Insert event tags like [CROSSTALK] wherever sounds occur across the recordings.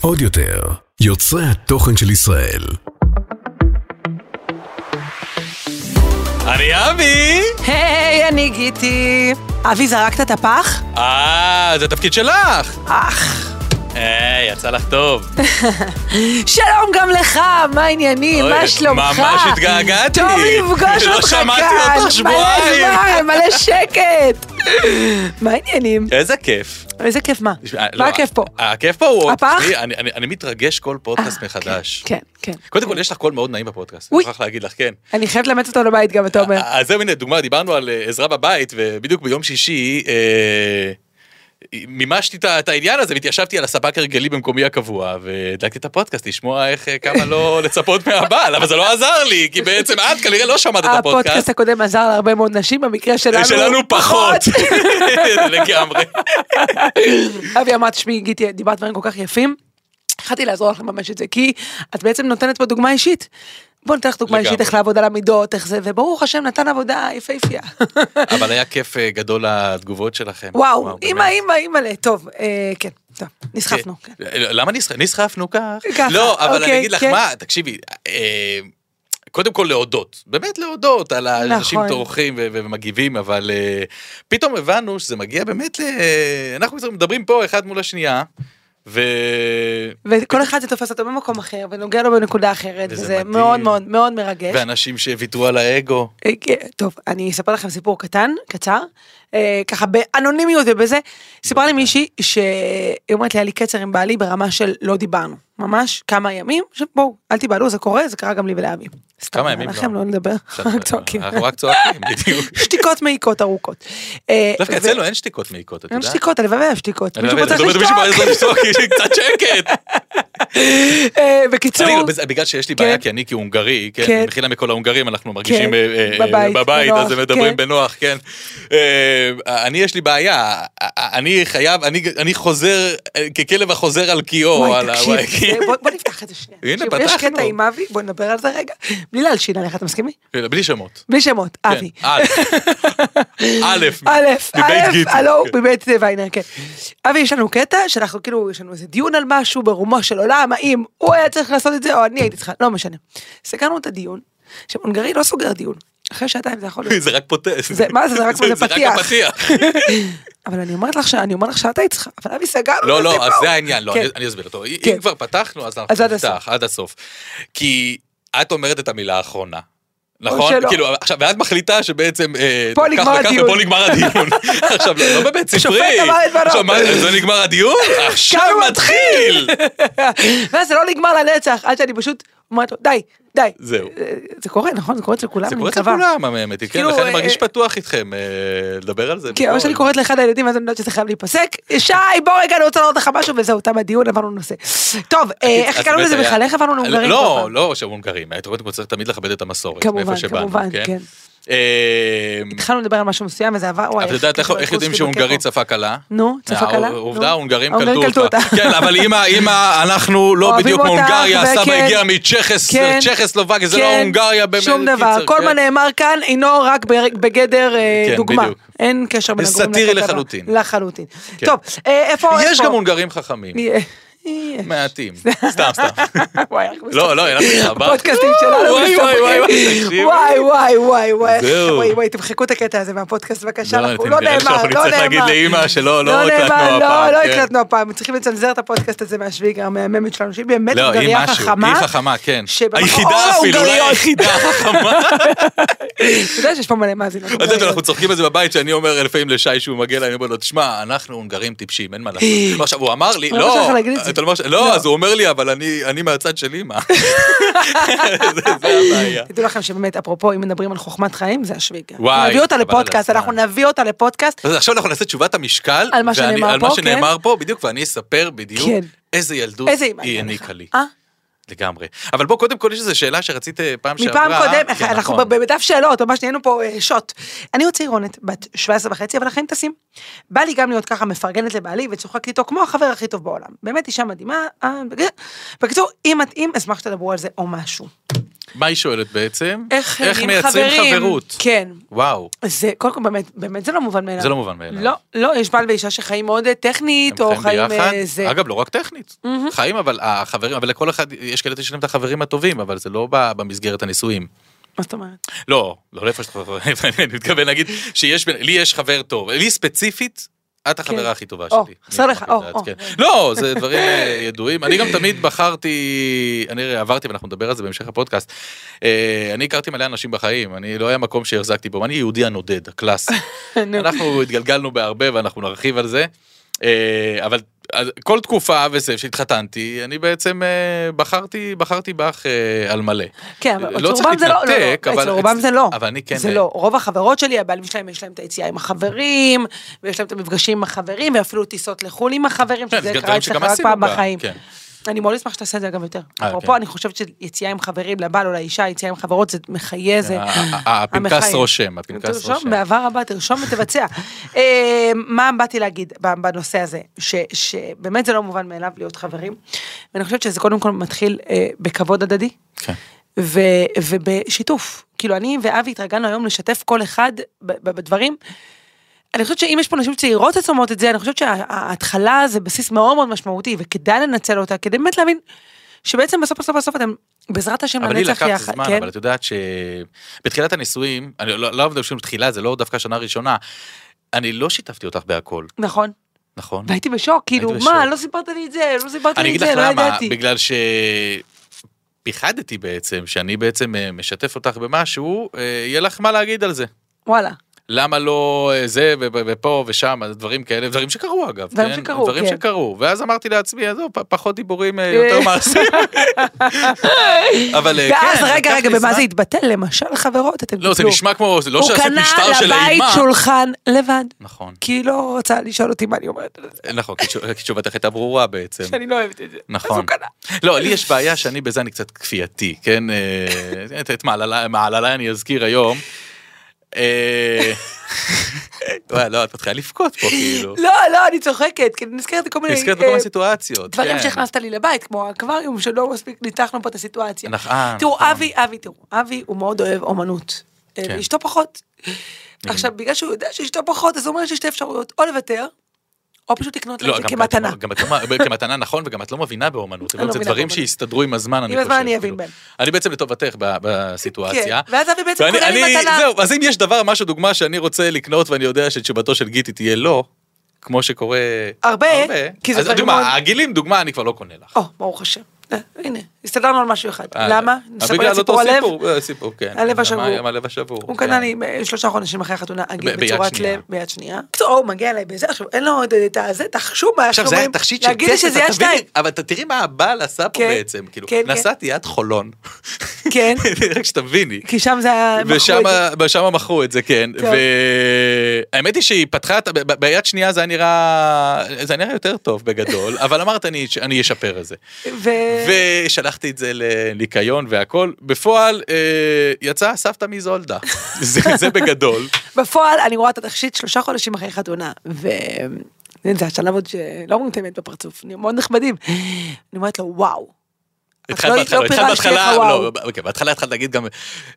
עוד יותר, יוצרי התוכן של ישראל. אני אבי! היי, אני גיטי. אבי, זרקת את הפח? אה, זה התפקיד שלך! אך. היי, יצא לך טוב. שלום גם לך, מה העניינים? אוי, מה שלומך? ממש התגעגעתי. טוב לפגוש לא אותך כאן. שמעתי אותך שבועיים. מלא זמן, מלא שקט. מה העניינים? איזה כיף. איזה כיף מה? תשמע, לא, מה הכיף פה? הכיף פה הוא... הפח? תראי, אני- אני אני מתרגש כל פודקאסט אה, מחדש. כן, כן. קודם כל, יש לך קול מאוד נעים בפודקאסט, אני אוי. מוכרח להגיד לך, כן. אה, אני חייבת לאמץ אותו לבית גם, אתה אומר. אז זהו, הנה, דוגמה, דיברנו על אה, עזרה בבית, ובדיוק ביום שישי אה, מימשתי את ה- את העניין הזה, והתיישבתי על הספה כרגלי במקומי הקבוע, והדלקתי את הפודקאסט, לשמוע איך, אה, כמה לא לצפות מהבעל, אבל זה לא עזר לי, כי בעצם את כנראה לא שמעת את הפודקאסט הפודקאסט. הקודם עזר להרבה מאוד נשים, במקרה שלנו... שלנו פחות, [LAUGHS] לגמרי. אבי אמר, תשמעי, גיטי, דיברת דברים כל כך יפים, החלטתי לעזור לך לממש את זה, כי את בעצם נותנת פה דוגמה אישית. בוא ניתן לך דוגמה לגמרי. אישית, איך לעבוד על המידות, איך זה, וברוך השם, נתן עבודה [LAUGHS] יפהפייה. אבל היה כיף אה, גדול לתגובות שלכם. וואו, אימא, באמת. אימא, אימא'לה, טוב, אה, כן, טוב, נסחפנו. כן. אה, למה נסח- נסחפנו כך? ככה, לא, אבל אני אוקיי, אגיד לך כן. מה, תקשיבי, אה, קודם כל להודות, באמת להודות על האנשים נכון. טורחים ו- ומגיבים, אבל אה, פתאום הבנו שזה מגיע באמת ל... אנחנו מדברים פה אחד מול השנייה, ו... וכל אחד זה תופס אותו במקום אחר, ונוגע לו בנקודה אחרת, וזה וזה מדהים. מאוד מאוד מאוד מרגש. ואנשים שוויתרו על האגו. אה, כן, טוב, אני אספר לכם סיפור קטן, קצר, אה, ככה באנונימיות ובזה. סיפרה לי מישהי שהיא אומרת לי, היה לי קצר עם בעלי ברמה של לא דיברנו. ממש כמה ימים, עכשיו בואו, אל תיבהלו, זה קורה, זה קרה גם לי ולאבי. סתם, ימים לכם כבר? לא [LAUGHS] נדבר, רק [LAUGHS] [LAUGHS] צועקים. אנחנו רק צועקים, [LAUGHS] בדיוק. שתיקות מעיקות ארוכות. אה, דווקא ו- אצלנו אין שתיקות מעיקות, את אין יודעת? שתיקות, הלוואי היה שתיקות. אני לא מישהו מבין, פה זאת אומרת, מישהו פה צריך צריך לשתוק. [LAUGHS] לשתוק, יש לי קצת שקט. אה, אני, לא- בקיצור, בזה- בגלל שיש לי בעיה, כן. כי אני כהונגרי, כן, כן. מחילה מכל ההונגרים, אנחנו מרגישים כן, אה, אה, בבית, בבית, אז בנוח, הם מדברים כן. בנוח, כן. אה, אני, יש לי בעיה, אה, אני חייב, אני- אני חוזר, אה, ככלב החוזר על קיאו, וואי, על ה- תקשיב, וואי, זה- בוא- בוא נפתח את זה שנייה. הנה, תקשיב, יש פתחנו. קטע עם אבי, בוא נדבר על זה רגע. בלי להלשין עליך, אתה מסכים לי? כן, [LAUGHS] בלי שמות. בלי שמות, כן, אבי. [LAUGHS] א', א', א', [LAUGHS] מבית א', אה, גיטי. הלו, כן. מבית ויינר, כן. אבי, יש לנו קטע שאנחנו כאילו, יש לנו איזה דיון על משהו ברומו של עולם, האם הוא היה צריך לעשות את זה או אני הייתי צריכה, לא משנה. סגרנו את הדיון, עכשיו הונגרי לא סוגר דיון, אחרי שעתיים זה יכול להיות. כן. זה רק פוטס. זה- מה זה, זה רק כמו זה פתיח. הפתיח. אבל אני אומרת לך, ש- אני אומר לך שאתה היית צריכה, אבל אבי סגרנו את לא, לא, הסיפור. אז זה העניין, לא, כן. אני- אני אסביר אותו. אם כן. כבר פתחנו, אז אנחנו עד נפתח הסוף. עד הסוף. כי את אומרת את המילה האחרונה. נכון? שלא. כאילו, עכשיו, ואת מחליטה שבעצם... אה, פה כך נגמר וכך הדיון. ופה נגמר [LAUGHS] הדיון. עכשיו, לא לא באמת, השופט ספרי. אמר את דברו. עכשיו, מה, זה נגמר [LAUGHS] הדיון? עכשיו הוא מתחיל! [LAUGHS] ואז זה לא נגמר לנצח, עד שאני פשוט אומרת לו, די, די. [LAUGHS] זהו. אה, זה קורה, נכון? זה קורה אצל כולם, זה אני קורה אצל מקווה. כולם, האמת היא, כן, כאילו, לכן אני אה, מרגיש אה, פתוח איתכם אה, לדבר על זה. כן, אבל בכל. כשאני קוראת לאחד הילדים, אז אני יודעת שזה חייב להיפסק. שי, בוא רגע, אני רוצה להראות לך משהו, וזהו, תם הדיון, עברנו נושא. טוב, אה, איך אז הגענו באמת לזה היה- בכלל? איך עברנו להונגרים? כל לא, פעם? לא שהם הונגרים. אתה רואה, צריך תמיד לכבד את המסורת. כמובן, מאיפה שבאנו, כמובן, כן. אה, התחלנו לדבר על משהו מסוים, וזה עבר, וואי, אבל את יודעת איך- כאילו איך יודעים הקורס שהונגרי בקטו. צפה קלה? נו, צפה אה, קלה? עובדה, נו. ההונגרים ההונגרים קלטו קלטו אותה. אותה. כן, אבל אמא, אמא, אנחנו לא אוהבים בדיוק אותך, מהונגריה, הסבא וכן. הגיע מצ'כס, כן. צ'כסלובקיה, זה לא כן, הונגריה. באמת, שום דבר, קיצר, כל כן. מה נאמר כאן אינו רק בר- בגדר אה, כן, דוגמה. בדיוק. אין קשר בין זה הגורמים סאטירי לכתבה. לחלוטין. לחלוטין. כן. טוב, אה, איפה... יש איפה- גם הונגרים חכמים, אה, יש. [LAUGHS] מעטים. סתם, סתם. וואי, אנחנו לא, לא, אין לך סבבה. הפודקאסטים שלנו וואי, וואי, וואי, [LAUGHS] מסתבכים. תקשיבי. וואי וואי וואי וואי זהו. וואי וואי תמחקו את הקטע הזה מהפודקאסט בבקשה לא, אנחנו- אתם- לא נראה לי נאמר שאנחנו לא נצטרך להגיד לאמא נאמר שלא- לא הקלטנו נאמר, הפעם, לא לא כן. הקלטנו הפעם צריכים לצנזר את הפודקאסט הזה מהשביעי המהממת שלנו שהיא באמת לא, היא הונגריה משהו, חכמה היא חכמה, כן. שבמ- היחידה או, אפילו, אולי [LAUGHS] הונגריות. היחידה החכמה. אתה יודע שיש פה מלא מאזינות את יודעת, הונגריות. אנחנו צוחקים על זה בבית, שאני אומר לפעמים לשי שהוא מגיע אליי, אני אומר לו, תשמע, אנחנו הונגרים טיפשים, אין מה [LAUGHS] לעשות. לא, עכשיו, הוא אמר לי, אני לא חושבת לא, שאני אגיד את זה. אתה לא אומר ש- לא, אז הוא אומר לי, אבל אני- אני מהצד של אימא. [LAUGHS] [LAUGHS] זה זה הבעיה. תדעו לכם שבאמת אפרופו אם מדברים על חוכמת חיים זה השביעי וואי, נביא אותה חבל על לפודקאסט הזמן. אנחנו נביא אותה לפודקאסט אז עכשיו אנחנו נעשה תשובת המשקל, על מה ואני- שנאמר על מה פה, שנאמר פה, בדיוק, ואני אספר בדיוק כן. איזה ילדות איזה אימא היא הייתה לך? העניקה לי. אה? לגמרי. אבל בוא, קודם כל, יש איזו שאלה שרצית אה, פעם שעברה. מפעם קודמת, כן, אנחנו נכון. ב- בדף שאלות, ממש נהיינו פה אה, שוט. אני עוד צעירונת, בת 17 וחצי, אבל החיים טסים. בא לי גם להיות ככה מפרגנת לבעלי וצוחקת איתו כמו החבר הכי טוב בעולם. באמת אישה מדהימה. אה, בג- בקיצור, אם מתאים, אשמח שתדברו על זה או משהו. מה היא שואלת בעצם? איך אה, איך נהיים מייצרים חברים? חברות? כן. וואו, זה, קודם כל, באמת, באמת זה לא מובן מאליו. זה לא מובן מאליו. לא, לא, יש בעל ואישה שחיים מאוד אה, טכנית, או הם חיים חיים ביחד. אה, זה. אגב, לא רק טכנית. Mm-hmm. חיים, אבל החברים, אבל לכל אחד, יש כאלה שיש להם את החברים הטובים, אבל זה לא ב- במסגרת הנישואים. מה זאת אומרת? לא, לא לאיפה שאתה חבר, [LAUGHS] אני מתכוון להגיד שיש, בין- לי יש חבר טוב, לי ספציפית, את כן. החברה הכי טובה שלי. או, חסר אני לך, חושב או, שאת, או. כן. לא, זה דברים אה, [LAUGHS] ידועים. אני גם תמיד בחרתי, אני עברתי, ואנחנו נדבר על זה בהמשך הפודקאסט, אה, אני הכרתי מלא אנשים בחיים, אני לא היה מקום שהחזקתי בו, אני יהודי הנודד, [LAUGHS] הקלאסי. נו. אנחנו התגלגלנו בהרבה ואנחנו נרחיב על זה. אה, אבל אז כל תקופה וזה שהתחתנתי, אני בעצם אה, בחרתי, בחרתי בך אה, על מלא. כן, אבל לא אצל צריך רובם זה לא, לא, לא, להתנתק, אבל אצל רובם אצ- זה לא. אבל אני כן- זה לא, רוב החברות שלי, הבעלים שלהם, יש להם את היציאה עם החברים, ויש להם את המפגשים עם החברים, ואפילו טיסות לחו"ל עם החברים, כן, זה שזה קרה דברים אצלך שגם רק עשינו פעם גם, בחיים. כן. אני מאוד אשמח שתעשה את זה אגב יותר. אה, אפרופו, כן. אני חושבת שיציאה עם חברים לבעל או לאישה, יציאה עם חברות, זה מחיה, זה... ה- ה- [LAUGHS] ה- הפנקס המחיה. רושם, הפנקס תרשום, רושם. בעבר הבא, תרשום [LAUGHS] ותבצע. אה, מה באתי להגיד ב- בנושא הזה? ש- שבאמת זה לא מובן מאליו להיות חברים, ואני חושבת שזה קודם כל מתחיל אה, בכבוד הדדי. כן. ו, ובשיתוף. כאילו, אני ואבי התרגלנו היום לשתף כל אחד ב, ב, בדברים. אני חושבת שאם יש פה נשים צעירות ששומעות את זה, אני חושבת שההתחלה זה בסיס מאוד מאוד משמעותי, וכדאי לנצל אותה, כדי באמת להבין שבעצם בסוף בסוף בסוף אתם בעזרת השם אבל לי לנצח לקח יחד. כן? זמן, אבל את יודעת שבתחילת הנישואים, אני לא לא עובד בשום תחילה, זה לא דווקא שנה ראשונה, אני לא שיתפתי אותך בהכל, נכון, נכון? והייתי בשוק, כאילו, בשוק. מה, לא סיפרת לי את זה, לא סיפרת אני לי אגיד את לך זה, לא למה, ידעתי. בגלל ש... פיחדתי בעצם, שאני בעצם אה, משתף אותך במשהו, אה, יהיה לך מה להגיד על זה. וואלה, למה לא אה, זה ו- ו- ופה ושם, אז דברים כאלה, דברים שקרו אגב, דברים שקרו, דברים כן. שקרו, ואז אמרתי לעצמי, עזוב, פ- פחות דיבורים, אה, [LAUGHS] יותר מעשים. אבל אה, כן, ואז לקח רגע, רגע, לי במה זה זמן. התבטא? למשל חברות, אתם לא, זה תיפלו. נשמע כמו, זה לא הוא שעשית קנה משטר של לבית אימה. שולחן לבד, נכון, כי היא לא רוצה לשאול אותי מה אני אומרת על זה. נכון, כי תשוב- כי תשובתך הייתה ברורה בעצם. שאני לא אוהבת את זה. אז כן. נכון. הוא קנה. לא, לי יש בעיה שאני בזה אני קצת כפייתי, כן? אה, את- את מעללי- מעללי אני אזכיר היום. [LAUGHS] אה, וואי, לא, את מתחילה לבכות פה כאילו. לא, לא, אני צוחקת, כי אני נזכרת בכל מיני נזכרת בכל מיני אה, סיטואציות. דברים כן. שהכנסת לי לבית, כמו האקווריום, שלא מספיק ניצחנו פה את הסיטואציה. נכ- אה, תראו, נכון. אבי, אבי, תראו, אבי הוא מאוד אוהב אומנות. אה, כן. ואשתו פחות. עכשיו, בגלל שהוא יודע שאשתו פחות, אז הוא אומר שיש שתי אפשרויות, או לוותר, או פשוט לקנות לה לא, את זה גם- כמתנה. גם- גם את לא- [LAUGHS] כמתנה נכון, וגם את לא מבינה באומנות. אני לא זה מבינה דברים באומנות. שיסתדרו עם הזמן, אני חושב. עם הזמן אני אבין כאילו. בהם. אני בעצם לטובתך ב- בסיטואציה. כן, ואז אבי בעצם ואני- קונה לי אני- מתנה. זהו, אז אם יש דבר, משהו, דוגמה שאני רוצה לקנות ואני יודע שתשובתו של גיטי תהיה לא, כמו שקורה... הרבה, כי זה אז דברים מאוד- דוגמה, הגילים, דוגמה, אני כבר לא קונה לך. או, ברוך השם. אה, הנה, הסתדרנו על משהו אחד. אה, למה? אה, נספר בגלל על סיפור אותו הלב. סיפור, אה, סיפור, כן. הלב מה- השבור. מה- הלב השבור. הוא כן. קנה לי אה, שלושה חודשים אחרי החתונה, ב- אגיד ביד בצורת שנייה. לב, ביד שנייה. פתאום הוא מגיע אליי בזה, עכשיו אין לו את- את הזה, תחשוב מה עכשיו זה היה תכשיט של כסף, להגיד לי שזה יד אתה שתיים. מבין? אבל אתה תראי מה הבעל עשה פה כן, בעצם, כאילו, כן, כן. נסעתי עד חולון, כן, [LAUGHS] רק שתביני. כי שם זה היה... מכרו את ושם זה. ושם מכרו את זה כן טוב. והאמת היא שהיא פתחה את ה- ב- ב- ביד שנייה זה היה נראה זה היה נראה יותר טוב [LAUGHS] בגדול אבל אמרת אני אני אשפר את זה ו... ושלחתי את זה לניקיון והכל בפועל אה, יצאה סבתא [LAUGHS] מזולדה זה זה בגדול בפועל אני רואה את התכשיט שלושה חודשים אחרי חתונה, ו... זה השלב עוד שלא אומרים את האמת בפרצוף, אני מאוד נחמדים. אני אומרת לו, וואו. את התחלת בהתחלה לא- לא התחלת פירשתי בהתחלה איך לא הוואו. אוקיי, בהתחלה התחלת להגיד גם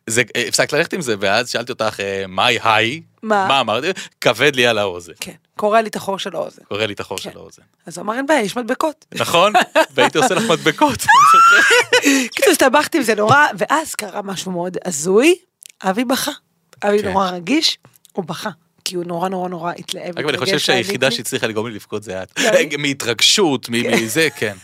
זה אה, הפסקת ללכת עם זה ואז שאלתי אותך אה, מה היי מה? מה אמרתי כבד לי על האוזן כן, קורע לי את החור של האוזן. קורא לי את החור כן. של האוזן אז הוא אמר, אין בעיה, יש מדבקות. [LAUGHS] נכון והייתי עושה לך מדבקות. קיצור, הסתבכתי עם זה נורא, ואז קרה משהו מאוד הזוי, אבי בכה. אבי כן. נורא רגיש, הוא בכה, כי הוא נורא נורא נורא התלהב. אגב, אני התרגש חושב שהיחידה והעניק לי. שהצליחה לגרום לי לבכות זה את. אה, כן. מהתרגשות, מ- מזה, [LAUGHS] כן.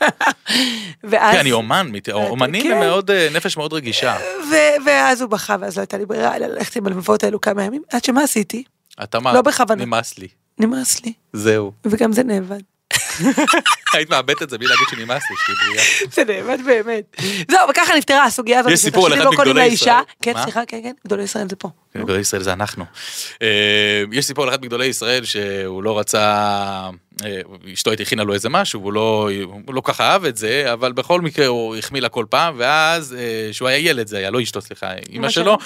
ואז... כן, אני אומן, מת- אומנים כן. הם מאוד, אה, נפש מאוד רגישה. ו- ואז הוא בכה, ואז לא הייתה לי ברירה אלא ללכת עם הלבבות האלו כמה ימים, עד שמה עשיתי? את אמרת, לא בכוונה. נמאס לי, נמאס לי, זהו. [LAUGHS] וגם זה נאבד. [LAUGHS] היית מאבדת את זה בלי להגיד שנמאס לי, שתהיי [LAUGHS] בריאה. זה נאבד באמת. זהו, וככה נפתרה הסוגיה הזאת. יש של סיפור על אחד תכשיטים לא קונים מגדולי לאישה. ישראל. כן, מה? סליחה, כן, כן, גדולי ישראל זה פה. כן, גדולי ישראל זה אנחנו. אה, יש סיפור על אחד מגדולי ישראל שהוא לא רצה, אה, אשתו הייתה הכינה לו איזה משהו, הוא לא, הוא לא כך אהב את זה, אבל בכל מקרה הוא החמיא לה כל פעם, ואז, אה, שהוא היה ילד, זה היה לא אשתו, סליחה, אמא שלו, שלו.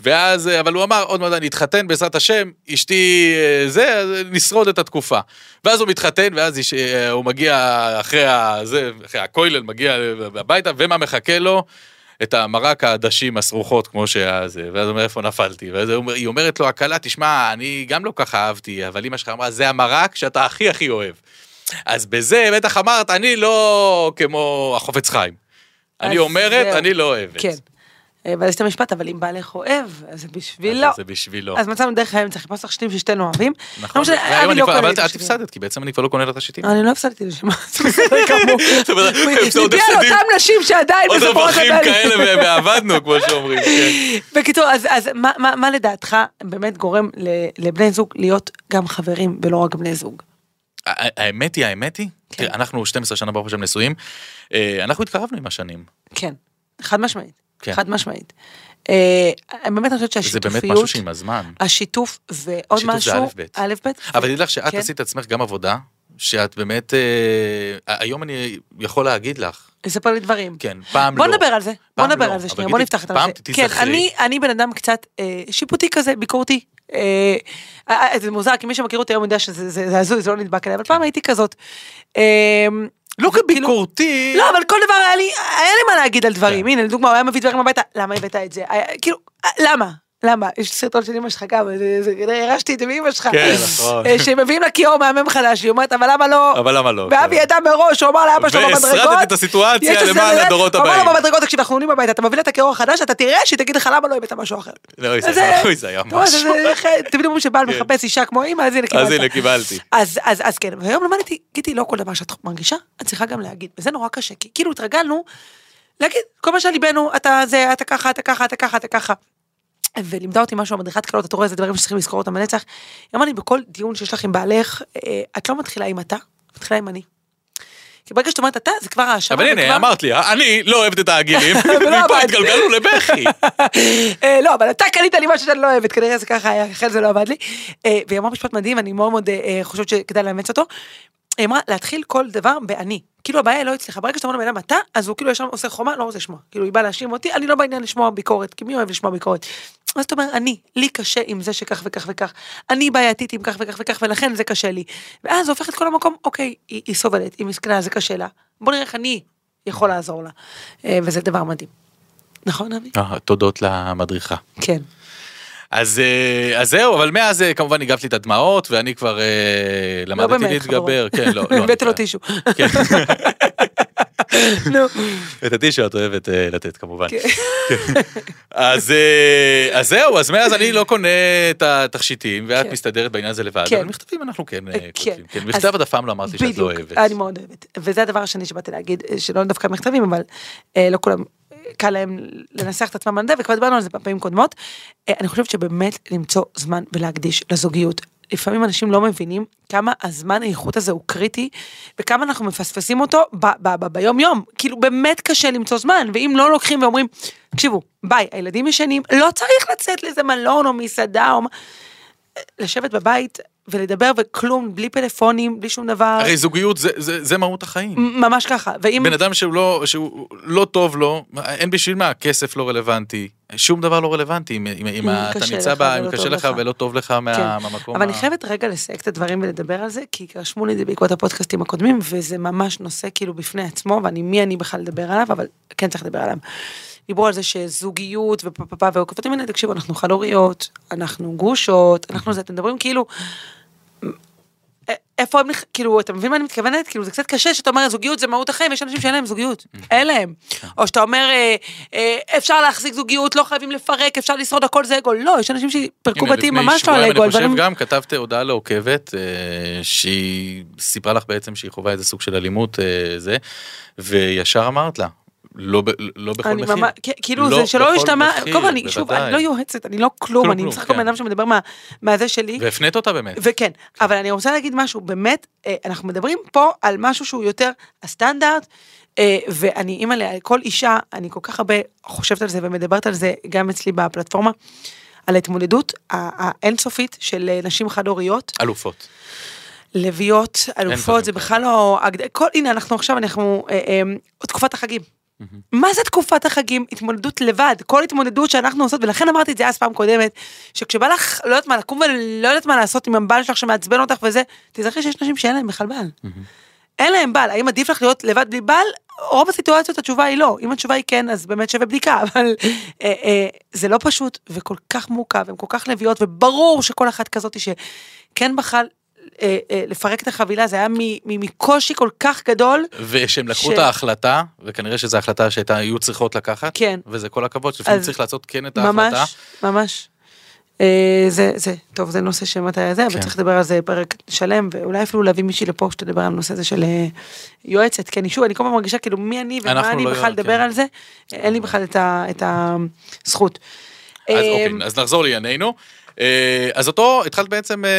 ואז, אה, אבל הוא אמר, עוד מעט אני אתחתן בעזרת השם, אשתי אה, זה, אז נשרוד את התקופה. ואז הוא מתחתן, ואז יש- אה, הוא מגיע אחרי ה- זה, אחרי הכולל, מגיע הביתה, ומה אה, מחכה לו? את המרק העדשים הסרוחות, כמו שהיה זה, ואז הוא אומר, איפה נפלתי? ואז הוא אומר- היא אומרת לו, הכלה, תשמע, אני גם לא ככה אהבתי, אבל אמא שלך אמרה, זה המרק שאתה הכי הכי אוהב. אז בזה בטח אמרת, אני לא כמו החופץ חיים. אני אז אומרת, זהו. אני לא אוהבת. כן. אה, ואז יש את המשפט, אבל אם בעלך אוהב, אז זה אז בשבילו. זה בשבילו. אז מצאנו דרך האמצע, חיפשנו תכשיטים ששתינו אוהבים. לא. נכון. לא משנה, והיום אני אני לא כבר- קונה אבל את תכשיטים. הפסדת, כי בעצם אני כבר לא קונה לה תכשיטים. אני לא הפסדתי [LAUGHS] לשמה, זה [LAUGHS] בסדר גמור. זאת אומרת, זה עוד ליבי על הפסדים. אותם נשים שעדיין עוד מספרות רווחים את כאלה ה- ו- ועבדנו, כמו שאומרים. כן. [LAUGHS] בקיצור, אז, אז מה, מה, מה לדעתך באמת גורם ל- לבני זוג להיות גם חברים ולא רק בני זוג? הא- האמת היא, האמת היא, כן. תראה, אנחנו 12 שנה ברוך השם נשואים, אה, אנחנו התקרבנו עם השנים. כן, חד משמעית. כן. חד משמעית. אה, באמת אני חושבת זה שהשיתופיות, באמת משהו שעם הזמן. השיתוף ועוד השיתוף זה משהו, אלף-בית. א' ב', אבל תדעי לך שאת כן. עשית עצמך גם עבודה, שאת באמת, אה, היום אני יכול להגיד לך, לספר לי דברים. כן, פעם לא. בוא נדבר על זה, בוא פעם נדבר לא, על זה אבל שנייה, בוא גידי, נפתח את פעם הנושא. כן, תיזכרי. אני- אני בן אדם קצת אה, שיפוטי כזה, ביקורתי. אה, אה, אה, זה מוזר, כי מי שמכיר אותי היום יודע שזה זה- זה הזוי, זה לא נדבק עליי, אבל פעם הייתי כזאת. אה, כן. לא וכאילו- כביקורתי. לא, אבל כל דבר היה לי, היה לי מה להגיד על דברים. כן. הנה, לדוגמה, הוא היה מביא דברים הביתה, למה הבאת את זה? היה- כאילו, אה, למה? למה? יש סרטון של אמא שלך גם, זה- זה- זה- הרשתי את זה מאמא שלך. כן, נכון. אה, שמביאים לה כיור מהמם חדש, היא אומרת, אבל למה לא? אבל למה לא? ואבי כן. ידע מראש, הוא אמר לאבא שלו במדרגות. והסרטתי את הסיטואציה יש לזה- למען הדורות הוא אמר הבאים. לו במדרגות, תקשיב, אנחנו עולים הביתה, אתה מביא לה את הקירור החדש, אתה תראה שהיא תגיד לך למה לא הבאת משהו אחר. לא, אוי, זה אז, היה- אוי, זה היה אתה רואה, זה- משהו. זה- זה- תמיד אומרים שבעל כן. מחפש אישה כמו אימא, אז הנה קיבלת. אז הנה, קיבלתי. אז, אז, אז כן, והיום למדתי, גידי, לא כל דבר שאת מרגישה, את צריכה גם להגיד, וזה נורא קשה, כי כאילו התרגלנו להגיד, כל מה שעל ליבנו, אתה זה, אתה ככה, אתה ככה, אתה ככה, אתה ככה. ולימדה אותי משהו, המדריכת קלות, אתה רואה, זה דברים שצריכים לזכור אותם לנצח. היא אמרה לי, בכל דיון שיש לך עם בעלך, אה, את לא מתחילה עם אתה, את מתחילה עם אני. כי ברגע שאת אומרת אתה, זה כבר האשמה. אבל וכבר- הנה, אמרת לי, "אה, אני לא אוהבת את העגילים, [LAUGHS] ולא מפה עבד. התגלגלנו [LAUGHS] לבכי. אה, לא, אבל אתה קנית לי משהו שאני לא אוהבת, כנראה זה ככה היה, לכן זה לא עבד לי. אה, והיא אמרה משפט מדהים, אני מאוד מאוד אה, אה, חושבת שכדאי לאמץ אותו. היא אמרה, להתחיל כל דבר באני. כאילו הבעיה היא לא אצלך, ברגע שאתה אומר לבן אדם אתה, אז הוא כאילו ישר עושה חומה, לא רוצה לשמוע. כאילו היא באה להאשים אותי, אני לא בעניין לשמוע ביקורת, כי מי אוהב לשמוע ביקורת? אז אתה אומר, אני, לי קשה עם זה שכך וכך וכך, אני בעייתית עם כך וכך וכך, ולכן זה קשה לי. ואז זה הופך את כל המקום, אוקיי, היא, היא סובלת, היא מסכנה, זה קשה לה. בוא נראה איך אני יכול לעזור לה. אה, וזה דבר מדהים. נכון, אבי? אה, תודות למדריכה. כן. אז, אה, אז זהו, אבל מאז אה, כמובן הגבת לי את הדמעות, ואני כבר אה, למדתי לא באמת, להתגבר. חברות. כן, [LAUGHS] לא, לא. אני- הבאת לו טישו. כן. [LAUGHS] נו. את הטישו את אוהבת אה, לתת כמובן. כן. אז אה, אז זהו, אז מאז אני לא קונה את התכשיטים, ואת כן. מסתדרת בעניין הזה לבד, כן. אבל מכתבים אנחנו כן אה, כן. כותבים. כן, אז- מכתב את אף פעם לא אמרתי שאת לא בדיוק, אוהבת. אני מאוד אוהבת. וזה הדבר השני שבאתי להגיד, אה, שלא דווקא מכתבים, אבל אה, לא כולם, אה, קל להם לנסח את עצמם על זה, וכבר דיברנו על זה בפעמים קודמות. אה, אני חושבת שבאמת למצוא זמן ולהקדיש לזוגיות. לפעמים אנשים לא מבינים כמה הזמן האיכות הזה הוא קריטי, וכמה אנחנו מפספסים אותו ב- ב- ב- ביום-יום. כאילו, באמת קשה למצוא זמן, ואם לא לוקחים ואומרים, תקשיבו, ביי, הילדים ישנים, לא צריך לצאת לאיזה מלון או מסעדה או מה... לשבת בבית ולדבר וכלום, בלי פלאפונים, בלי שום דבר. הרי זוגיות זה- זה זה מהות החיים. מ- ממש ככה. ואם... בן אדם שהוא לא, שהוא לא טוב לו, אין בשביל מה, כסף לא רלוונטי, שום דבר לא רלוונטי, אם, אם, אם אם אתה קשה נמצא לך ב... אם ולא קשה טוב לך לך. ולא טוב לך מה, כן. מהמקום. אבל ה- אני חייבת רגע לסייג את הדברים ולדבר על זה, כי רשמו לי את זה בעקבות הפודקאסטים הקודמים, וזה ממש נושא כאילו בפני עצמו, ואני, מי אני בכלל לדבר עליו, אבל כן צריך לדבר עליו. דיברו על זה שזוגיות ופפפה ועוקבות, הנה, תקשיבו, אנחנו חד-הוריות, אנחנו גרושות, אנחנו זה, אתם מדברים כאילו... א- איפה הם, נכ- כאילו, אתה מבין מה אני מתכוונת? כאילו, זה קצת קשה שאתה אומר, זוגיות זה מהות החיים, יש אנשים שאין להם זוגיות, אוקיי. אין להם. כן. או שאתה אומר, אה, אה, אפשר להחזיק זוגיות, לא חייבים לפרק, אפשר לשרוד, הכל זה אגו. לא, יש אנשים שפרקו הנה, בתים לפני ממש לא על שבועיים, אגו, על אני חושב דברים גם כתבת הודעה לעוקבת, אה, שהיא סיפרה לך בעצם שהיא חווה איזה סוג של אלימות, אה, זה, וישר אמרת לה, לא, ב- לא בכל אני מחיר. ממש, כ- כאילו לא זה שלא בכל ישתמע, מחיר, קודם כל אני, שוב, בוודאי. אני לא יועצת, אני לא כלום, כלום, אני כלום, בסך הכל כן. בן אדם שמדבר מה- מהזה שלי, והפנית אותה באמת. וכן, אבל אני רוצה להגיד משהו, באמת, אה, אנחנו מדברים פה על משהו שהוא יותר הסטנדרט, אה, ואני אימא לכל אישה, אני כל כך הרבה חושבת על זה ומדברת על זה גם אצלי בפלטפורמה, על ההתמודדות ה- האינסופית של אה, נשים חד-הוריות. אלופות. לביאות, אלופות, דברים זה כאלה. בכלל לא... הגד- כל, הנה, אנחנו עכשיו, אנחנו... אה, אה, תקופת החגים. מה זה תקופת החגים? התמודדות לבד, כל התמודדות שאנחנו עושות, ולכן אמרתי את זה אז פעם קודמת, שכשבא לך, לא יודעת מה, לקום ולא יודעת מה לעשות עם הבעל שלך שמעצבן אותך וזה, תזכרי שיש נשים שאין להן בכלל בעל. אין להן בעל, האם עדיף לך להיות לבד בלי בעל? רוב הסיטואציות התשובה היא לא, אם התשובה היא כן, אז באמת שווה בדיקה, [LAUGHS] אבל אה, אה, זה לא פשוט וכל כך מורכב, הן כל כך נביאות, וברור שכל אחת כזאת שכן בחל אה, אה, לפרק את החבילה, זה היה מ- מ- מקושי כל כך גדול, ושהם לקחו ש- את ההחלטה, וכנראה שזו החלטה שהייתה, היו צריכות לקחת, כן. וזה כל הכבוד, שלפעמים אז צריך לעשות כן את ההחלטה. ממש, ממש. אה, זה, זה, טוב, זה נושא שמתי היה זה, אבל כן. צריך לדבר על זה פרק שלם, ואולי אפילו להביא מישהי לפה שתדבר על הנושא הזה של אה, יועצת, כי אני שוב, אני כל פעם מרגישה כאילו מי אני אנחנו ומה אני לא- בכלל לדבר כן. על זה, אין לי בכלל את ה- את הזכות. אז אה, אוקיי, אז נחזור לענייננו. אה, אז אותו, התחלת בעצם אה,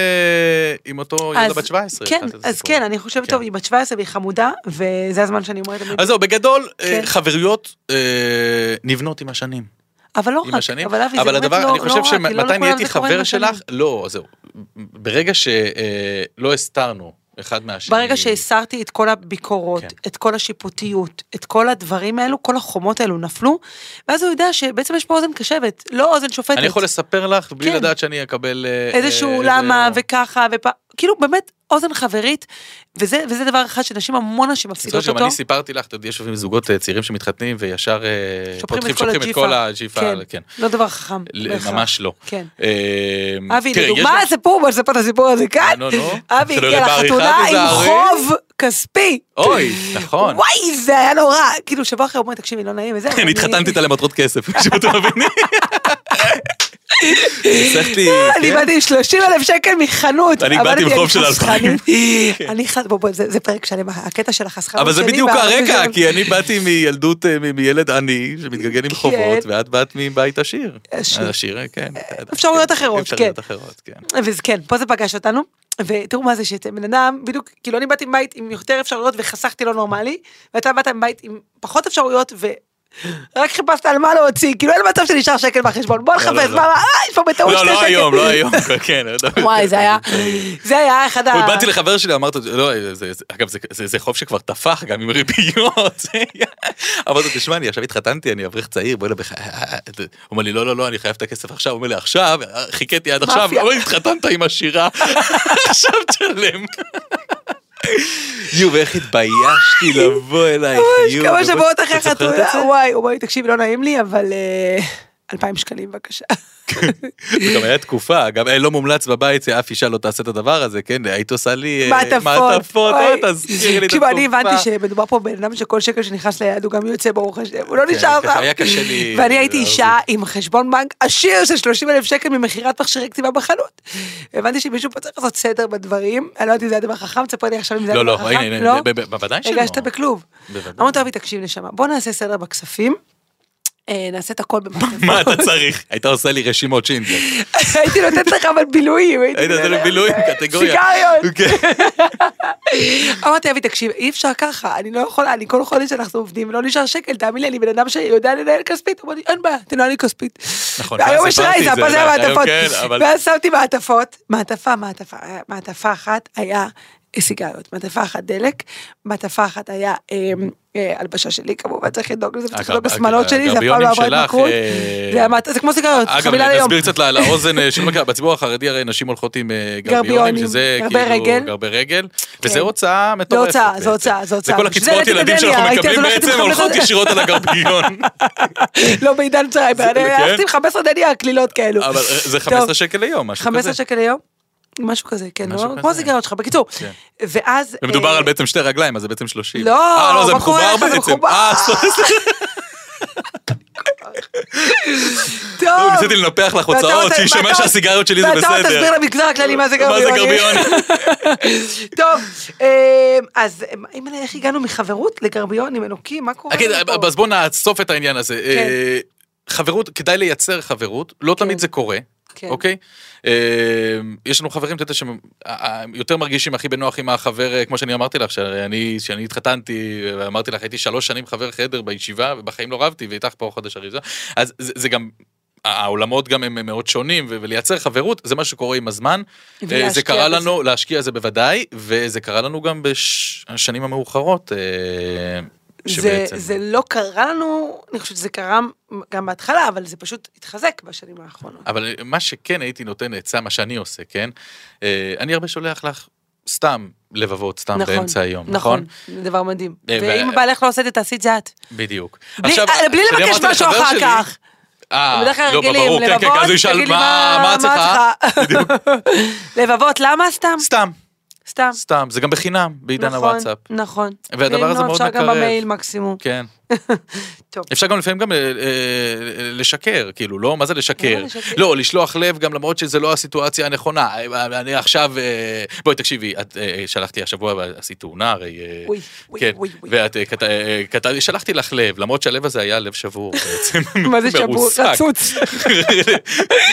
עם אותו ילדה אז- בת 17. כן, התחלת את אז הסיפור. כן, אני חושבת, כן. טוב, היא בת 17 והיא חמודה, וזה הזמן שאני אומרת, תמיד, אז זהו, בגדול, אה, כן. חברויות אה, נבנות עם השנים. אבל לא עם רק, השנים. אבל אבי, זה אבל באמת לא הדבר, לא אני חושב רק, כי לא שמתי לכולם נהייתי זה קורה עם חבר השנים. שלך, לא, זהו. ברגע שלא הסתרנו אחד מהשני. ברגע שהסרתי את כל הביקורות, כן. כן. את כל השיפוטיות, את כל הדברים האלו, כל החומות האלו נפלו, ואז הוא יודע שבעצם יש פה אוזן קשבת, לא אוזן שופטת. אני יכול לספר לך, בלי כן. לדעת שאני אקבל... אה, אה, איזשהו איזה- למה וככה, ופ... כאילו באמת אוזן חברית, וזה, וזה דבר אחד שנשים המון נשים את יודעת מפסידות שגם אותו. אני סיפרתי לך, אתה יודע, יש לפעמים זוגות אה, צעירים שמתחתנים וישר אה, שופכים פותחים, את כל שופכים את הג'יפה. כל הג'יפה, כן, כן. לא דבר חכם. ל- בהכרח. ממש לא. כן. אה, אבי, תראי, יש לדוגמה, גם- אה, הסיפור, בוא נספר את הסיפור הזה כאן. נו, נו. לא אבי אפילו הגיע לבעריכה לחתונה עם תיזהרי. חוב כספי. אוי, [LAUGHS] נכון. וואי, זה היה נורא. כאילו, שבוע אחרי הוא אומר, תקשיבי, לא נעים וזה. אבל [LAUGHS] אני אני- התחתנתי איתה למטרות כסף, [LAUGHS] פשוט אתם מבינים? ניסחתי, אה, אני כן. באתי עם 30 אלף שקל מחנות. אני באתי עם עבדתי, חוב אני של אלפיים. חסכנית. [LAUGHS] אני חס... בוא, בוא, זה זה פרק שלם, הקטע של החסכנות אבל זה שלי בדיוק והערבים הרקע, שלנו. כי אני באתי מילדות, אה, מ- מילד עני, שמתגלגל עם כן. חובות, ואת באת מבית עשיר. עשיר. עשיר, אה, כן. אפשרויות כן, אחרות, אפשרויות כן. אחרות, כן. וזה כן, פה זה פגש אותנו. ותראו מה זה שאתם בן אדם, בדיוק, כאילו אני באתי עם בית עם יותר אפשרויות וחסכתי לא נורמלי, ואתה באת עם בית עם פחות אפשרויות ורק חיפשת על מה להוציא, כאילו אין מצב שנשאר שקל בחשבון, בוא לא, נחפש, לא. מה, מה, אה, יש פה בטעות לא, שני לא שקל. היום, [LAUGHS] לא היום, [LAUGHS] כן. לא יודע. וואי, זה היה, זה היה אחד ה... אוי, באתי לחבר שלי, אמרת, לא, זה- זה- אגב, זה- זה זה חוב שכבר טפח גם עם ריביות. [LAUGHS] אמרתי, לו, תשמע, אני עכשיו התחתנתי, אני אברך צעיר, אה, בוא'נה, בח... הוא אומר לי, לא, לא, לא, אני חייב את הכסף עכשיו. הוא אומר לי, עכשיו, חיכיתי עד עכשיו, מאפיה. אבל התחתנת עם עשירה, [LAUGHS] עכשיו תשלם. יו, ואיך התביישתי לבוא אלייך, יו. כמה באמת, שבועות את אחרי זוכרת את [LAUGHS] החתונה, זה? וואי, הוא אומר לי, תקשיב, לא נעים לי, אבל אה, 2,000 שקלים בבקשה. אה, גם היה תקופה, גם אה, לא מומלץ בבית, שאף אישה לא תעשה את הדבר הזה, כן? היית עושה לי אה, מעטפות. מעטפות, אוי. אוי, תזכירי לי את תקשיב, התקופה. אני הבנתי שמדובר פה בבן אדם שכל שקל שנכנס ליד הוא גם יוצא, ברוך השם, הוא לא כן, נשאר ככה, היה קשה לי- ואני הייתי להבין. אישה עם חשבון בנק עשיר של 30 אלף שקל ממכירת מכשירי כתיבה בחנות. הבנתי שמישהו פה צריך לעשות סדר בדברים, אני לא יודעת אם זה היה דבר חכם, תספר לי עכשיו אם זה היה לא, דבר לא, חכם. הנה, הנה, ב- ב- בוודאי שלא. הגשת בכלוב. בוודאי. אמרתי אבי, תקשיב נשמה, בוא נעשה סדר בכספים, אה, נעשה את הכל [LAUGHS] במעטפות. מה אתה צריך? היית עושה לי רשימות שינדלר. [LAUGHS] הייתי נותנת לך אבל בילויים. הייתי היית נותן לי בילויים, קטגוריה. סיגריות. [LAUGHS] כן. אמרתי, אבי, תקשיב, אי אפשר ככה, אני לא יכולה, אני כל חודש אנחנו עובדים, לא נשאר שקל, תאמין לי, אני בן אדם שיודע לנהל כספית, הוא אמר לי, אין בעיה, תנהל לי כספית. נכון, והיום ואז יש סיפרתי רייזאפ, את זה, אז היה והיום מעטפות. כן, אבל- ואז שמתי מעטפות, מעטפה, מעטפה, אה, מעטפה אחת היה אה, סיגריות, מעטפה אחת דלק, מעטפה אחת היה אה, אה, הלבשה שלי, כמובן, צריך לדאוג לזה, וצריך אגב, לדאוג אגב, לשמאלות שלי, זה אף פעם הגרביונים לא עבר שלך, התמכרות. אה, זה היה מעט- זה כמו סיגריות, אגב, חבילה ליום. כן. נסביר קצת לא- לאוזן אה, שלא [LAUGHS] מכירה, בציבור החרדי הרי נשים הולכות עם אה, גרביונים, גרביונים, שזה גרבי רגל. כאילו גרבי רגל, וזה הוצאה זה מטורפת. הוצאה, בעצם. זה הוצאה, זה הוצאה. זה כל בשביל הקצבאות העליתי את לא ילדים הדליה, שאנחנו הייתי מקבלים אז הולכת עם בעצם חמש הולכות עשרה- ישירות על [LAUGHS] הגרביון. לא בעידן צהריים, אני כן. הלכתי עם 15 דניה קלילות כאלו. אבל אה, זה טוב, 15 שקל ליום, משהו 15 כזה. שקל ליום? משהו כזה, כן, משהו לא? כזה. כמו הסיגריות שלך, בקיצור. כן. ואז... ומדובר אה, על בעצם שתי רגליים, אז זה בעצם 30. לא, אה, לא, זה מה קורה מחובר לך? זה בעצם. מחובר. אה, סליחה, [LAUGHS] ניסיתי טוב! לנפח לך ואתה הוצאות, רוצה- שישמע ואתה- שהסיגריות שלי זה ואתה בסדר. עוד תסביר למגזר הכללי מה זה מה זה גרביונים. גרביון? [LAUGHS] טוב, אה, אז אה, אימא'לה, איך הגענו מחברות לגרביונים, אלוקים, מה קורה? כן, לנו פה? אז בואו נאסוף את העניין הזה. כן. אה, חברות, כדאי לייצר חברות, לא כן. תמיד זה קורה, כן. אוקיי? אה, יש לנו חברים, אתה יודע, שהם אה, אה, יותר מרגישים הכי בנוח עם החבר, אה, כמו שאני אמרתי לך, שאני שאני התחתנתי, אה, אמרתי לך, הייתי שלוש שנים חבר חדר בישיבה, ובחיים לא רבתי, ואיתך פה חודש הראשון. אז זה זה גם... העולמות גם הם מאוד שונים, ו- ולייצר חברות, זה מה שקורה עם הזמן. אה, זה ולהשקיע קרה בזה. לנו, להשקיע זה בוודאי, וזה קרה לנו גם בשנים המאוחרות. אה, זה, שבעצם- זה לא קרה לנו, אני חושבת שזה קרה גם בהתחלה, אבל זה פשוט התחזק בשנים האחרונות. אבל מה שכן הייתי נותן עצה, מה שאני עושה, כן? אה, אני הרבה שולח לך סתם לבבות, סתם נכון, באמצע היום, נכון? נכון, זה דבר מדהים. אה, ו- ואם בעלך לא עושה את זה, תעשי את זה את. בדיוק. בלי- עכשיו, אה, בלי אתה יודע מה לבקש אמרתי משהו לחבר אחר שלי? כך. אה, בדרך כלל לא, ברור, רגילים, כן, כן, לבבות, כן, אז הוא ישאל תגיד לי מה מה את צריכה? בדיוק. [LAUGHS] לבבות, למה סתם? סתם, סתם. סתם, זה גם בחינם בעידן נכון, הוואטסאפ. נכון. והדבר ואם הזה לא, מאוד אפשר גם מקרב. במייל [LAUGHS] מקסימום. כן. [LAUGHS] טוב. אפשר גם לפעמים גם אה, אה, לשקר, כאילו, לא? מה זה לשקר? למה לשקר? לא, לשלוח לב גם למרות שזה לא הסיטואציה הנכונה. אה, אני עכשיו, אה, בואי תקשיבי, את אה, שלחתי השבוע, אבל עשית תאונה הרי. אה, אוי, אוי, כן, אוי, אוי. ואת אה, כת- אה, כת- שלחתי לך לב, למרות שהלב הזה היה לב שבור [LAUGHS] בעצם. מה זה שבור? מרוסק. רצוץ. [LAUGHS]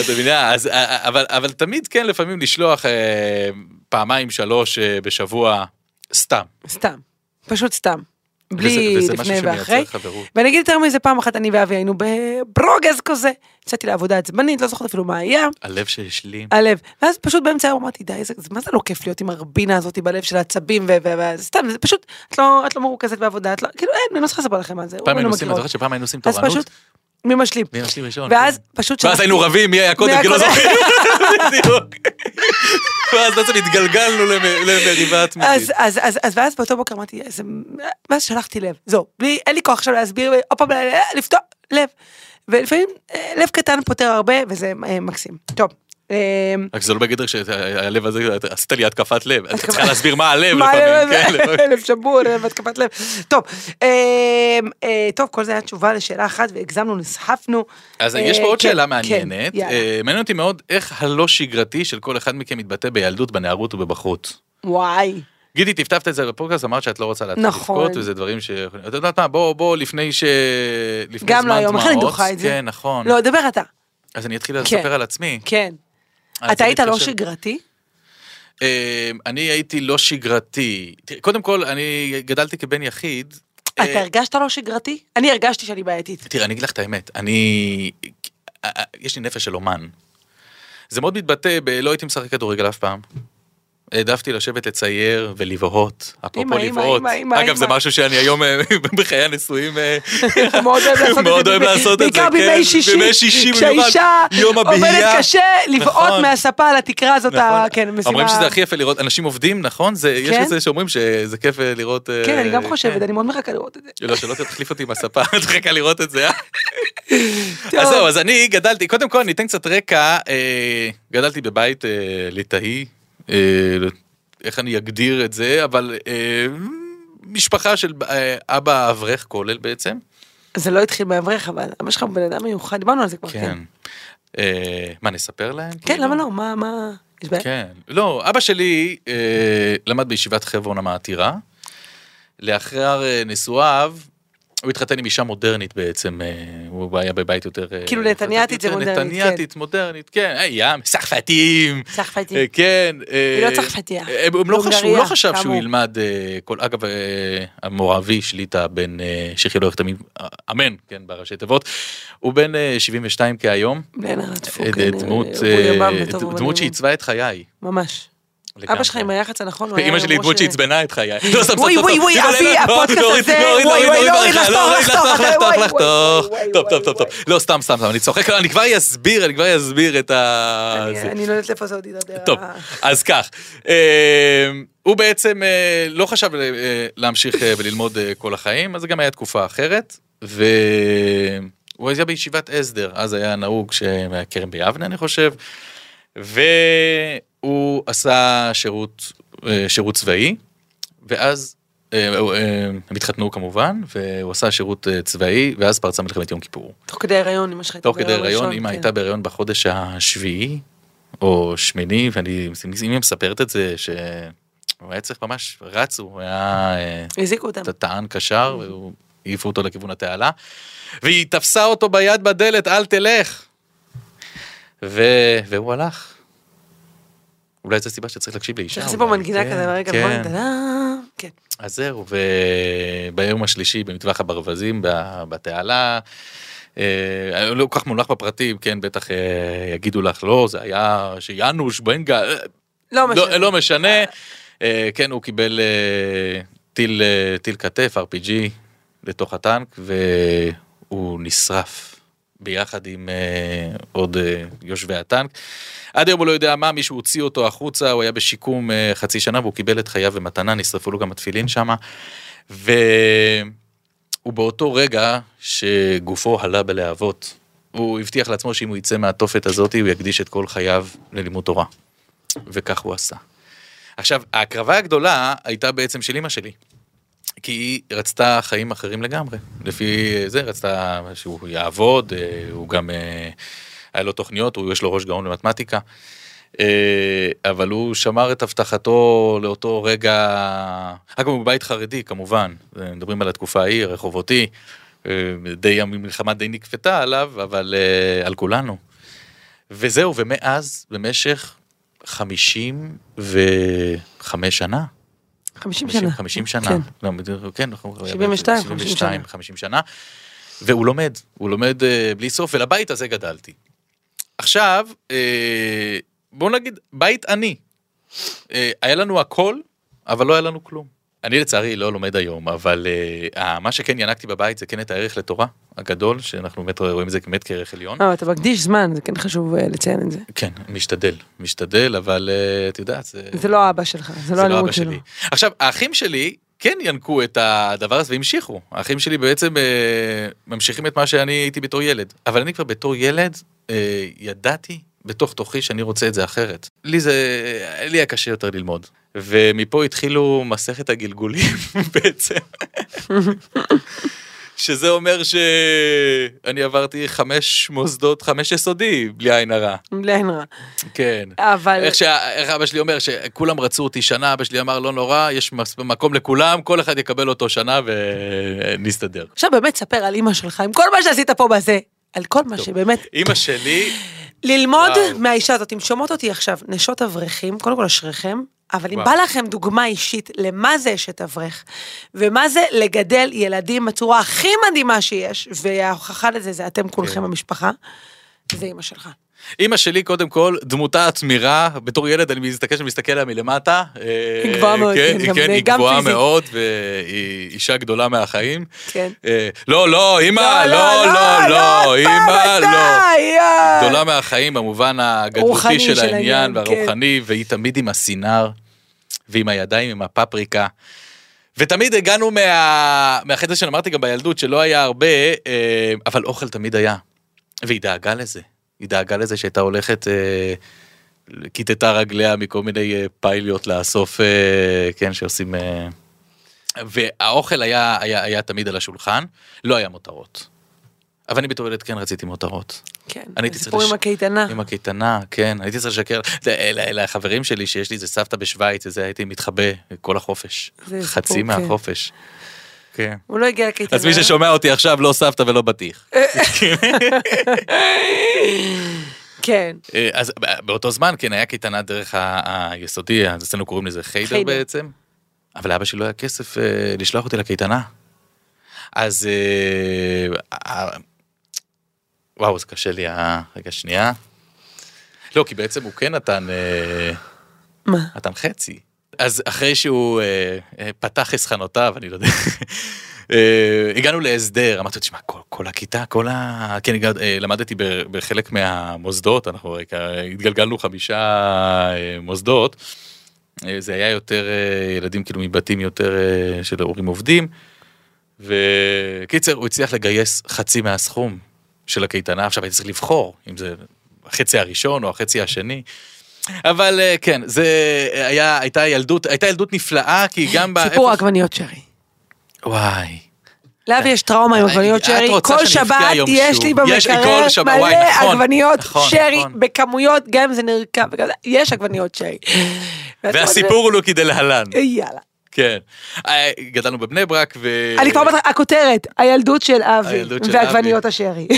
אתה מבינה, אז, אה, אבל, אבל תמיד כן, לפעמים לשלוח אה, פעמיים, שלוש אה, בשבוע, סתם. סתם. פשוט סתם. וזה- בלי וזה משהו לפני שמייצר ואחרי. חברות. ואני אגיד יותר מזה, פעם אחת אני ואבי היינו בברוגז כזה. יצאתי לעבודה עצבנית, לא זוכרת אפילו מה היה. הלב שהשלים. הלב. ואז פשוט באמצע היום אמרתי, די, איזה- זה- מה זה לא כיף להיות עם הרבינה הזאת בלב של העצבים, וסתם, זה פשוט, את לא- את לא מרוכזת בעבודה, את לא, כאילו, אין, אני לא צריכה לספר לכם על זה. פעם אורן היינו לא עושים, את מכיר. זוכרת שפעם היינו עושים אז תורנות? פשוט, מי משלים. מי משלים ראשון? ואז כן. פשוט ואז היינו רבים מי היה קודם, היה כי לא קודם. [LAUGHS] זוכרים. בדיוק. ואז בעצם התגלגלנו למ- למריבה אז, עצמית. אז, אז, אז, ואז באותו בוקר אמרתי, איזה... ואז שלחתי לב, זהו, בלי, אין לי כוח עכשיו להסביר, עוד פעם, אה, לפתוח, לב. ולפעמים אה, לב קטן פותר הרבה, וזה אה, מקסים. טוב. אה, רק שזה לא בגדר שהלב הזה, אתה- עשית לי התקפת לב. את [LAUGHS] צריכה להסביר מה הלב מה לפעמים. כן, לב? לפעמים. לב שבור, לב התקפת לב. טוב, אה, אה, טוב, כל זה היה תשובה לשאלה אחת, והגזמנו, נסחפנו. [LAUGHS] אז אה, יש פה עוד כן, שאלה כן, מעניינת. יאללה. אה, מעניין אותי מאוד איך הלא שגרתי של כל אחד מכם מתבטא בילדות, בנערות ובבחרות. וואי. גידי, טפטפת את זה בפודקאסט, אמרת שאת לא רוצה להתחיל נכון. לבכות, וזה דברים ש... את יודעת מה, בוא, בוא, לפני ש... לפני גם לא זמן היום, [LAUGHS] איך אני דמעות. דוחה את זה? כן, נכון. לא, דבר אתה. אז אני אתחיל כן. לספר על עצמי. כן. אז אתה אני היית לא אה, מתקשר- שגרתי? אה, אני הייתי לא שגרתי. תראה, קודם כל, אני גדלתי כבן יחיד. אתה אה, הרגשת לא שגרתי? אני הרגשתי שאני [LAUGHS] בעייתית. תראה, אני אגיד לך את האמת, אני... אה, אה, יש לי נפש של אומן. זה מאוד מתבטא ב... לא הייתי משחק כדורגל אף פעם. העדפתי לשבת לצייר ולבהות, אפרופו אמא, אמא, לבהות. אמא, אמא, אגב, זה אמא. משהו שאני היום אה, [LAUGHS] בחיי הנישואים אה, הוא [LAUGHS] מאוד אוהב לעשות את [LAUGHS] זה. מאוד אוהב בימי- לעשות את זה, בעיקר כן, בימי שישי. בימי שישי במיוחד, כשהאישה יום הבהייה. עובדת קשה, לבעוט נכון. מהספה על התקרה הזאת, ה- כן, משימה. אומרים שזה הכי יפה לראות, אנשים עובדים, נכון? זה, יש כן. את זה שאומרים שזה כיף אה, לראות... אה, כן, אני גם כן. חושבת, אני מאוד מחכה לראות את זה. לא, שלא תחליף אותי עם הספה, את מחכה לראות את זה, אה? טוב. אז זהו, אז אני גדלתי, קודם כל אני אתן קצת רקע, אה, גדלתי בבית אה, ליטאי, אה, לא- איך אני אגדיר את זה, אבל אה, משפחה של אה, אבא אברך כולל בעצם. זה לא התחיל מאברך, אבל אמא שלך הוא בן אדם מיוחד, דיברנו על זה כבר, כן. כן. אה, מה, נספר להם? כן, כאילו? למה לא? מה, מה... יש בעיה? כן, לא, אבא שלי אה, למד בישיבת חברון המעתירה. לאחר אה, נישואיו, הוא התחתן עם אישה מודרנית בעצם, אה, הוא היה בבית יותר... אה, כאילו נתניאתית זה יותר מודרנית, כן. נתניאתית, מודרנית, כן, היה צרפתים. צרפתי. אה, כן. היא אה, לא צרפתייה, אה, הם לא היא חשבו- הוא לא הונגריה, חשב שהוא כאמור. ילמד אה, כל... אגב, אה, המור אבי שליטה בן, אה, שיחי לא יחתמים, אה, אמן, כן, בראשי תיבות. הוא בן אה, 72 כהיום. בן הרדפו, אה, כן. דמות, הוא ימ"מ אה, וטוב דמות ובנים. שעיצבה את חיי. ממש. אבא לגמרי. שלך עם היח"צ הנכון, הוא היה... אמא שלי היא אמרו דמות ש- שעצבנה את חיי. לא, סתם, סתם, וואי, סתם, וואי, סתם. לא, וואי, לא, אבי, לא, הפודקאסט לא, הזה, לא, לא, וואי, לא, וואי, לא, לא, לא, לא, לחתוך, לחתוך, לחתוך, וואי, לחתוך, וואי, לחתוך. וואי, טוב, וואי, טוב, טוב, טוב. לא, סתם, סתם, סתם, אני צוחק, לא, אני כבר אסביר, אני כבר אסביר את ה... אני- זה. אני לא יודעת איפה זה עוד ידבר. טוב, אז כך, אה, הוא בעצם אה, לא חשב אה, להמשיך אה, וללמוד אה, כל החיים, אז זה גם היה תקופה אחרת, והוא היה בישיבת הסדר, אז היה נהוג שמהכרם ביבנה, אני חושב, והוא עשה שירות, אה, שירות צבאי, ואז... אה, הוא, אה, הם התחתנו כמובן, והוא עשה שירות אה, צבאי, ואז פרצה מלחמת יום כיפור. תוך כדי הריון, אמא שלך הייתה תוך כדי הריון, ראשון, אמא כן. הייתה בהריון בחודש השביעי, או שמיני, ואני, אם היא מספרת את זה, שהוא היה צריך ממש, רצו, הוא היה אה, הזיקו אותם. ט- טען קשר, Mm-hmm. והוא- העיפו אותו לכיוון התעלה, והיא תפסה אותו ביד בדלת, אל תלך. ו... והוא הלך. אולי זו הסיבה שצריך להקשיב לאישה. צריך לשים פה אולי, מנגינה כן, כזה, רגע, כן. בואי, טאדאם. כן. אז זהו, וביום השלישי במטווח הברווזים, ב- בתעלה, אה, אני לא כל כך מונח בפרטים, כן, בטח אה, יגידו לך, לא, זה היה שיאנוש, בנגה, אה, לא משנה. לא, לא משנה. אה, כן, הוא קיבל אה, טיל, אה, טיל כתף, RPG, לתוך הטנק, והוא נשרף. ביחד עם אה, עוד אה, יושבי הטנק. עד היום הוא לא יודע מה, מישהו הוציא אותו החוצה, הוא היה בשיקום אה, חצי שנה והוא קיבל את חייו במתנה, נשרפו לו גם התפילין שם. והוא באותו רגע שגופו עלה בלהבות, הוא הבטיח לעצמו שאם הוא יצא מהתופת הזאת, הוא יקדיש את כל חייו ללימוד תורה. וכך הוא עשה. עכשיו, ההקרבה הגדולה הייתה בעצם של אימא שלי. כי היא רצתה חיים אחרים לגמרי. לפי זה, רצתה שהוא יעבוד, אה, הוא גם, אה, היה לו תוכניות, הוא יש לו ראש גאון למתמטיקה. אה, אבל הוא שמר את הבטחתו לאותו רגע, אגב הוא בבית חרדי כמובן, אה, מדברים על התקופה ההיא, רחובותי, אה, די המלחמה די נקפתה עליו, אבל אה, על כולנו. וזהו, ומאז, במשך 55 שנה, 50 שנה. 50 שנה. כן. לא, בדיוק, כן, אנחנו- 72, 72, 50 שנה. והוא לומד, הוא לומד אה, בלי סוף, ולבית הזה גדלתי. עכשיו, אה, בוא נגיד, בית עני. אה, היה לנו הכל, אבל לא היה לנו כלום. אני לצערי לא לומד היום, אבל אה, ה- מה שכן ינקתי בבית זה כן את הערך לתורה הגדול, שאנחנו באמת רואים את זה באמת כערך עליון. לא, אתה מקדיש זמן, זה כן חשוב אה, לציין את זה. כן, משתדל, משתדל, אבל אה, את יודעת, זה... זה לא האבא שלך, זה לא הלימוד שלו. עכשיו, האחים שלי כן ינקו את הדבר הזה והמשיכו. האחים שלי בעצם אה, ממשיכים את מה שאני הייתי בתור ילד. אבל אני כבר בתור ילד אה, ידעתי בתוך תוכי שאני רוצה את זה אחרת. לי זה, לי היה קשה יותר ללמוד. ומפה התחילו מסכת הגלגולים [LAUGHS] בעצם. שזה אומר שאני עברתי חמש מוסדות, חמש יסודי, בלי עין הרע. בלי עין רע. כן. אבל... איך שאבא שלי אומר שכולם רצו אותי שנה, אבא שלי אמר לא נורא, יש מס- מקום לכולם, כל אחד יקבל אותו שנה ונסתדר. עכשיו באמת ספר על אימא שלך, עם כל מה שעשית פה בזה, על כל מה טוב. שבאמת... אימא שלי, ללמוד וואו. מהאישה הזאת, אם שומעות אותי עכשיו, נשות אברכים, קודם כל אשריכם, אבל אם וואו. בא לכם דוגמה אישית למה זה אשת אברך, ומה זה לגדל ילדים בצורה הכי מדהימה שיש, וההוכחה לזה זה אתם כן. כולכם המשפחה, זה אימא שלך. אימא שלי קודם כל, דמותה הצמירה, בתור ילד אני מסתכל מסתכל עליה מלמטה. אה, היא גבוהה מאוד, כן, כן, היא- גם- כן, היא גם גבוהה פיזית. מאוד, והיא אישה גדולה מהחיים. כן. אה, לא, לא, אימא, לא, לא, לא, אימא, לא. גדולה מהחיים במובן הגדלותי רוחני של של העניין העניין, כן. והרוחני, והיא תמיד עם הסינר ועם הידיים, עם הפפריקה. ותמיד הגענו מה... מהחטא שאמרתי גם בילדות, שלא היה הרבה, אה, אבל אוכל תמיד היה. והיא דאגה לזה. היא דאגה לזה שהייתה הולכת, אה, כיתתה רגליה מכל מיני אה, פייליות לאסוף, אה, כן, שעושים... אה, והאוכל היה, היה, היה תמיד על השולחן, לא היה מותרות. אבל אני בתור ילד כן רציתי מותרות. כן, אני הייתי צריך הסיפור לש- עם הקייטנה. עם הקייטנה, כן, הייתי צריך לשקר ל- ל- לחברים שלי שיש לי איזה סבתא בשוויץ, איזה הייתי מתחבא כל החופש, זה חצי סיפור, מהחופש. כן. הוא לא הגיע לקייטנה. אז מי ששומע אותי עכשיו לא סבתא ולא בטיח. כן. אה, אז בא- באותו זמן כן היה קייטנה דרך ה- היסודי, אז אצלנו קוראים לזה חיידר חיידר. בעצם, אבל לאבא שלי לא היה כסף אה, לשלוח אותי לקייטנה. אז אה, ה- וואו, זה קשה לי, ה- רגע שנייה. לא, כי בעצם הוא כן נתן... אה, מה? [LAUGHS] נתן חצי. אז אחרי שהוא אה, אה, פתח חסכנותיו, אני לא יודע, [LAUGHS] אה, הגענו להסדר, אמרתי לו, תשמע, כל, כל הכיתה, כל ה... כן, הגע, אה, למדתי ב, בחלק מהמוסדות, אנחנו רק, אה, התגלגלנו חמישה אה, מוסדות, אה, זה היה יותר אה, ילדים כאילו מבתים יותר אה, של הורים עובדים, וקיצר, הוא הצליח לגייס חצי מהסכום של הקייטנה, עכשיו הייתי צריך לבחור אם זה החצי הראשון או החצי השני. אבל אה, כן, זה היה, הייתה ילדות, הייתה ילדות נפלאה, כי גם ב... סיפור העגבניות שרי. וואי. לאבי יש טראומה עם עגבניות את שרי, רוצה כל שאני אבכה שבת היום יש שוב. לי יש לי כל במקרר שבת, מלא וואי, נכון, עגבניות נכון, שרי, נכון. בכמויות, גם אם זה נרקב, וגם זה- יש עגבניות שרי. והסיפור הוא כדלהלן, יאללה. כן. אה, גדלנו בבני ברק ו... אני כבר אומרת לך, הכותרת, הילדות של אבי, הילדות של ועגבניות אבי. השרי.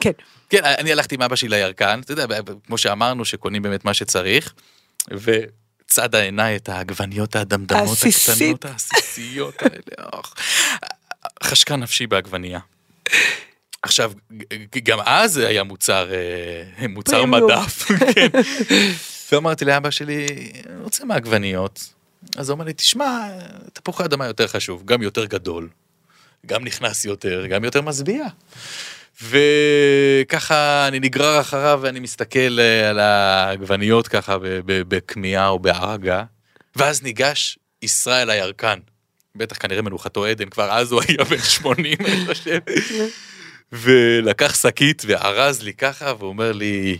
כן. כן, אני הלכתי עם אבא שלי לירקן, אתה יודע, כמו שאמרנו, שקונים באמת מה שצריך, וצד העיניי את העגבניות האדמדמות העסיסית. הקטנות, העסיסיות האלה, אוח. חשקה נפשי בעגבנייה. עכשיו, ג- גם אז זה היה מוצר, אה, [LAUGHS] מוצר פרימיום. מדף, כן. ואמרתי לאבא שלי, אני רוצה מעגבניות. אז הוא אמר לי, תשמע, תפוחי אדמה יותר חשוב, גם יותר גדול, גם נכנס יותר, גם יותר משביע. וככה אני נגרר אחריו ואני מסתכל אה, על העגבניות ככה ב- ב- בכמיהה או בערגה, ואז ניגש ישראל הירקן. בטח כנראה מנוחתו עדן, כבר אז הוא היה בן 80, אני חושב. ולקח שקית וארז לי ככה, ואומר לי,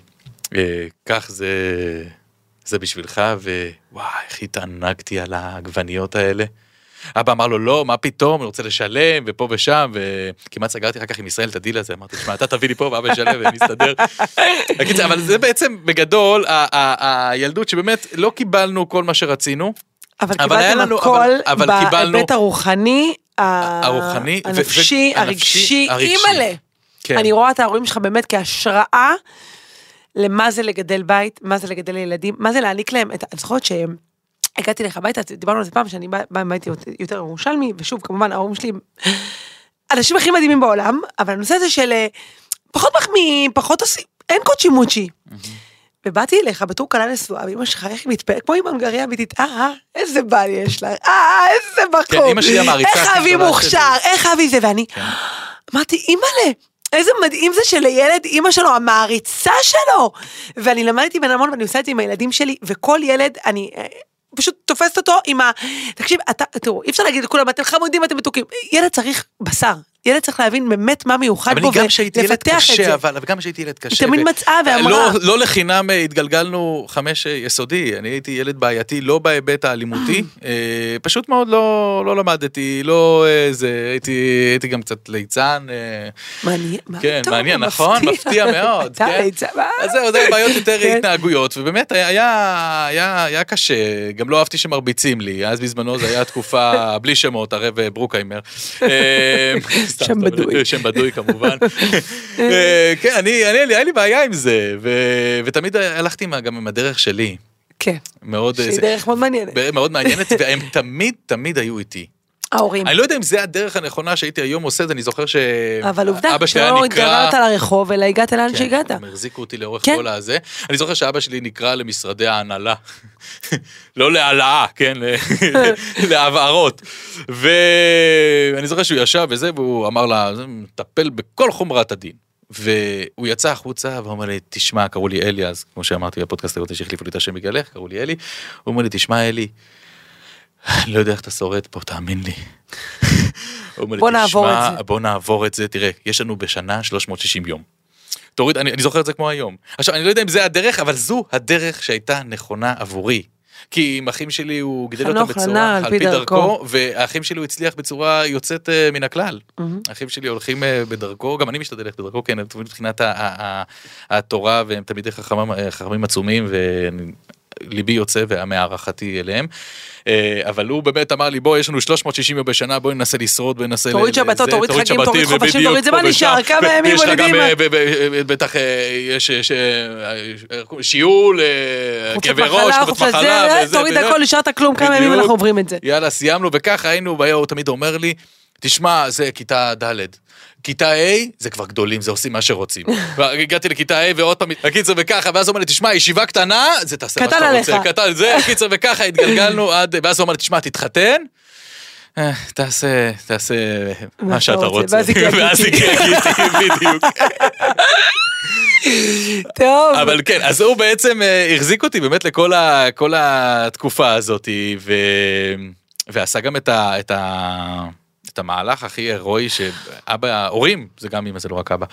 אה, כך זה, זה בשבילך, ווואי, איך התענגתי על העגבניות האלה. אבא אמר לו, לא, מה פתאום, אני רוצה לשלם, ופה ושם, וכמעט סגרתי אחר כך עם ישראל את הדיל הזה, אמרתי, שמע, אתה תביא לי פה ואבא ישלם [LAUGHS] ונסתדר. בקיצור, אבל זה בעצם, בגדול, ה- ה- הילדות שבאמת לא קיבלנו כל מה שרצינו, אבל אבל היה קיבלתם לנו- הכל אבל- אבל קיבלנו- בהיבט הרוחני, ה- הרוחני ו- הנפשי, ו- הרגשי, הנפשי, הרגשי. אימא'לה. כן. אני רואה את ההורים שלך באמת כהשראה למה זה לגדל בית, מה זה לגדל ילדים, מה זה להעניק להם את... את זוכרת שהם... הגעתי אליך הביתה, דיברנו על זה פעם, שאני באה באה מהבית יותר ירושלמי, ושוב, כמובן, ההורים שלי הם האנשים הכי מדהימים בעולם, אבל הנושא הזה של אה, פחות מחמיאים, פחות עושים, אין קוצ'י מוצ'י. ובאתי אליך בתור כלה נשואה, ואמא שלך, איך היא מתפעלת? כמו עם הנגריה אמיתית, אה, אה, איזה בעל יש לך, אה, איזה בחור. כן, אמא שלי המעריצה איך הכי אבי גדולה כן. מוכשר, איך אבי זה, ואני, אמרתי, אימא'לה, איזה מדהים זה שלילד אימא שלו, המעריצה שלו. ואני למדתי בין המון, ואני עושה את זה עם הילדים שלי, וכל ילד, אני... אה, פשוט תופסת אותו עם ה... תקשיב, אתה, תראו, אי אפשר להגיד לכולם, אתם חמודים, אתם מתוקים. ילד צריך בשר. ילד צריך להבין באמת מה מיוחד אבל בו, אני גם כשהייתי ילד ולפתח את זה. קשה, אבל אבל גם כשהייתי ילד קשה. תמיד ו- מצאה ואמרה. לא- לא לחינם אה, התגלגלנו חמש אה, יסודי, אני הייתי ילד בעייתי, לא בהיבט האלימותי, אה, פשוט מאוד לא לא למדתי, לא אה, זה, הייתי הייתי גם קצת ליצן. אה, מעניין, מה כן, אתה מעניין, אומר? נכון? מפתיע [LAUGHS] מאוד. אתה כן. ליצן, מה? אז זהו, זה בעיות יותר כן. התנהגויות, ובאמת היה- היה היה- היה קשה, גם לא אהבתי שמרביצים לי, אז בזמנו זה היה תקופה, בלי שמות, הרב ברוקהיימר. אה, סתם, [LAUGHS] שם סתם, בדוי. שם בדוי כמובן. אה, כן, אני, אני- היה לי בעיה עם זה, ו- ותמיד הלכתי עם ה- גם עם הדרך שלי, כן, מאוד... אה, שהיא זה- דרך מאוד מעניינת. מאוד מעניינת, והם תמיד תמיד היו איתי. ההורים. אני לא יודע אם זה הדרך הנכונה שהייתי היום עושה את זה, אני זוכר אבל עובדה, לא שאבא שלי היה שלא נקרא... התגררת לרחוב, אלא הגעת לאן כן, שהגעת. הם החזיקו אותי לאורך כן. כל הזה. אני זוכר שאבא שלי נקרא למשרדי ההנהלה. [LAUGHS] לא להעלאה, כן? ל- [LAUGHS] להבהרות. ואני זוכר שהוא ישב וזה, והוא אמר לה, "זה מטפל בכל חומרת הדין. והוא יצא החוצה ואומר לי, תשמע, קראו לי אלי אז, כמו שאמרתי בפודקאסט הקודם שהחליפו לי את השם בגללך, קראו לי אלי. הוא אומר לי, תשמע, אלי, אני לא יודע איך אתה שורד פה, תאמין לי. [LAUGHS] הוא אומר לי, בוא נעבור "תשמע, את זה." בוא נעבור את זה, תראה, יש לנו בשנה 360 יום. תוריד, אני, אני זוכר את זה כמו היום. עכשיו, אני לא יודע אם זה הדרך, אבל זו הדרך שהייתה נכונה עבורי. כי עם אחים שלי הוא גידל אותם חנוך בצורה, לנער, על פי דרכו, והאחים שלי הוא הצליח בצורה יוצאת אה, מן הכלל. מהמם. האחים שלי הולכים אה, בדרכו, גם אני משתדל ללכת בדרכו, כן, מבחינת ה- ה- ה- התורה, והם תלמידי חכמים, אה, חכמים עצומים, וליבי יוצא והמערכתי אליהם. אה, אבל הוא באמת אמר לי, בוא, יש לנו 360 יום בשנה, בואי ננסה לשרוד, בואי ננסה... ל- תוריד לזה, שבתות, תוריד חגים, שבתים, תוריד חופשים, ובדיוק תוריד זה, פה מה נשאר? ושם, כמה ו- ימים ויש לך גם, מולידים? אה, ב- ב- ב- בטח אה, יש אה, ש- אה, איך קוראים? שיעול, אה, חופשת כאבי ראש, מחלה, חופשת חופשת מחלה, זה, וזה, תוריד וזה. הכל, נשארת כלום, כמה ימים בדיוק. אנחנו [LAUGHS] עוברים את זה. יאללה, סיימנו, וככה היינו, והיה הוא תמיד אומר לי, תשמע, זה כיתה ד'. כיתה A, זה כבר גדולים, זה עושים מה [LAUGHS] שרוצים. הגעתי לכיתה A ועוד פעם, הקיצר וככה, ואז הוא אומר לי, תשמע, ישיבה קטנה, זה תעשה מה קטן שאתה עליך. רוצה. קטן זה, הקיצר וככה, התגלגלנו עד, ואז הוא אמר לי, תשמע, תתחתן. "אה, תעשה, תעשה מה שאתה רוצה. ואז יקרה [LAUGHS] ואז גיטי. יקרה גיטי, בדיוק. טוב. אבל כן, אז הוא בעצם אה, החזיק אותי באמת לכל ה, כל התקופה הזאת, ו... ועשה גם את, ה, את, ה, את המהלך הכי הירואי שאבא, הורים, זה גם אמא, זה לא רק אבא.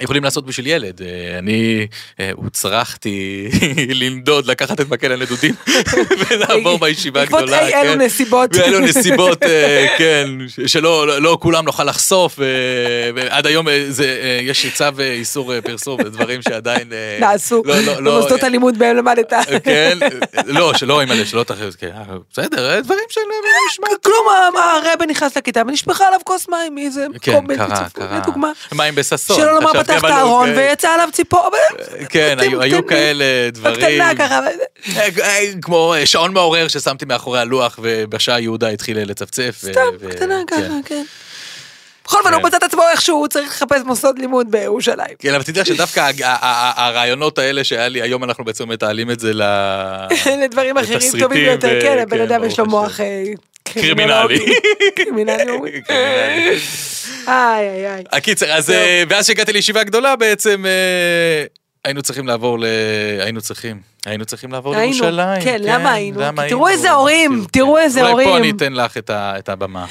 יכולים לעשות בשביל ילד, אה, אני אה, הוצרכתי [LAUGHS] לנדוד, לקחת את מקל הנדודים [LAUGHS] ולעבור בישיבה הגדולה. אוקיי. בעקבות אי אלו כן. [LAUGHS] נסיבות. ואלו נסיבות, אה, כן, ש- שלא לא- לא כולם נוכל לחשוף, אה, ועד היום אה, זה, אה, יש צו אה, איסור אה, פרסום, זה דברים שעדיין... אה, [LAUGHS] נעשו. לא, לא, לא, במוסדות אה, הלימוד [LAUGHS] בהם למדת. [LAUGHS] כן, אה, לא, שלא, אימא'לה, שלא תחשוב, כן, אה, בסדר, אה, דברים של [LAUGHS] אה, נשמע. כלום, הרבן נכנס לכיתה ונשפכה עליו כוס מים מאיזה מקום כן, בלתי קרה, צפוי, קרה. לדוגמה. מים בששון. שלא לומר עכשיו, פתח את אבל לא, הארון כן. ויצא עליו ציפור. אבל- כן, אתם היו- היו קטנים. כאלה דברים. בקטנה ככה. אבל- אה, אה, כמו אה, שעון מעורר ששמתי מאחורי הלוח, ובשעה יהודה התחיל אה, לצפצף. ו- סתם, ו- קטנה כן. ככה, כן. בכל אופן, הוא כן. מצא את עצמו איכשהו, הוא צריך לחפש מוסד לימוד בירושלים. כן, אבל תדע שדווקא הג- ה- ה- ה- הרעיונות האלה שהיה לי, היום אנחנו בעצם מתעלים את זה ל... [LAUGHS] לדברים אחרים לתסריטים טובים ביותר, ו- כן, הבן כן, אדם ברוך יש לו השם. מוח אה, קרימינלי. [LAUGHS] קרימינלי אומרים. קרימינלי. איי איי איי. הקיצר, אז זהו. אה, ואז שהגעתי לישיבה הגדולה בעצם אה, היינו צריכים לעבור ל... היינו צריכים. היינו צריכים לעבור היינו, לירושלים. כן, למה היינו? למה כי תראו היינו? איזה הורים, כאילו, תראו כן. איזה אולי פה הורים. אני אתן לך את ה- את הבמה.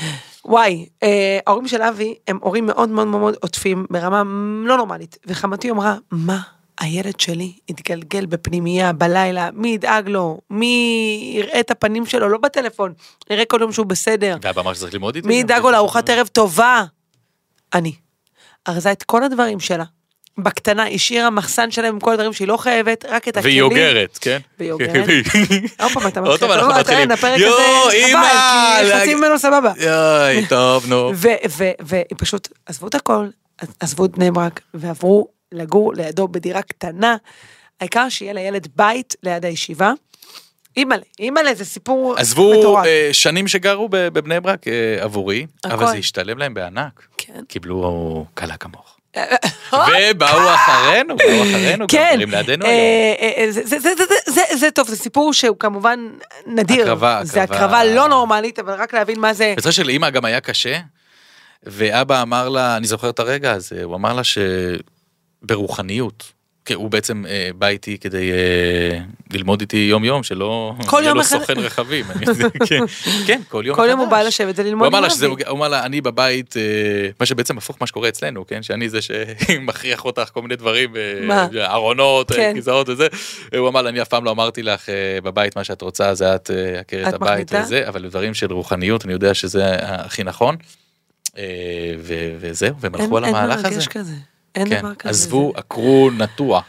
וואי, אה, ההורים של אבי הם הורים מאוד מאוד מאוד מאוד עוטפים ברמה לא נורמלית. וחמתי אמרה, מה, הילד שלי התגלגל בפנימייה בלילה, מי ידאג לו? מי יראה את הפנים שלו? לא בטלפון, יראה כל יום שהוא בסדר. ואבא אמר שצריך ללמוד איתי. מי גם, ידאג כאילו. לו לארוחת ערב טובה? אני. ארזה את כל הדברים שלה. בקטנה, השאירה מחסן שלהם עם כל הדברים שהיא לא חייבת, רק את הכלים. והיא אוגרת, כן? והיא אוגרת. [LAUGHS] עוד פעם אתה מתחיל. עוד פעם אתה אנחנו לא, אתה מתחילים. אין, הפרק יואו, הזה, אימא, חבל, כי לה- חצי ממנו סבבה. יואי, טוב, נו. ו- ו- והיא פשוט עזבו את הכל, עזבו את בני ברק, ועברו לגור לידו בדירה קטנה. העיקר שיהיה לילד בית ליד הישיבה. אימא'לה, אימא'לה, זה סיפור עזבו מטורף. אה, שנים שגרו ב- בבני ברק אה, עבורי, אבל הכל. זה השתלם להם בענק. כן. קיבלו קלה [LAUGHS] כמוך. ובאו אחרינו, באו אחרינו, גם גרים לידינו אה, היום. אה, אה, זה- זה- זה- זה- זה- זה טוב, זה סיפור שהוא כמובן נדיר. הקרבה, זה הקרבה. הקרבה לא נורמלית, אבל רק להבין מה זה... בצד של אימא גם היה קשה, ואבא אמר לה, אני זוכר את הרגע הזה, הוא אמר לה שברוחניות, כי הוא בעצם אה, בא איתי כדי אה, ללמוד איתי יום יום, שלא כל יהיה יום לו מחדש. סוכן רכבים. אני- [LAUGHS] כן, כן, כל יום כל יום הוא מחדש. בא לשבת הוא וללמוד אמר עם לה שזה, אבי. הוא אמר לה, אני בבית, אה, מה שבעצם הפוך מה שקורה אצלנו, כן? שאני זה שמכריח אותך כל מיני דברים, אה, מה? ארונות, אה, כן. כיסאות וזה. הוא אמר לה, אני אף פעם לא אמרתי לך אה, בבית מה שאת רוצה, זה את אה, עקרת את הבית מחליטה? וזה, אבל דברים של רוחניות, אני יודע שזה הכי נכון. אה, ו- וזהו, והם הלכו אין- על המהלך אין הזה. מרגש כזה. אין כן, דבר כזה. עזבו, עקרו, נטוע.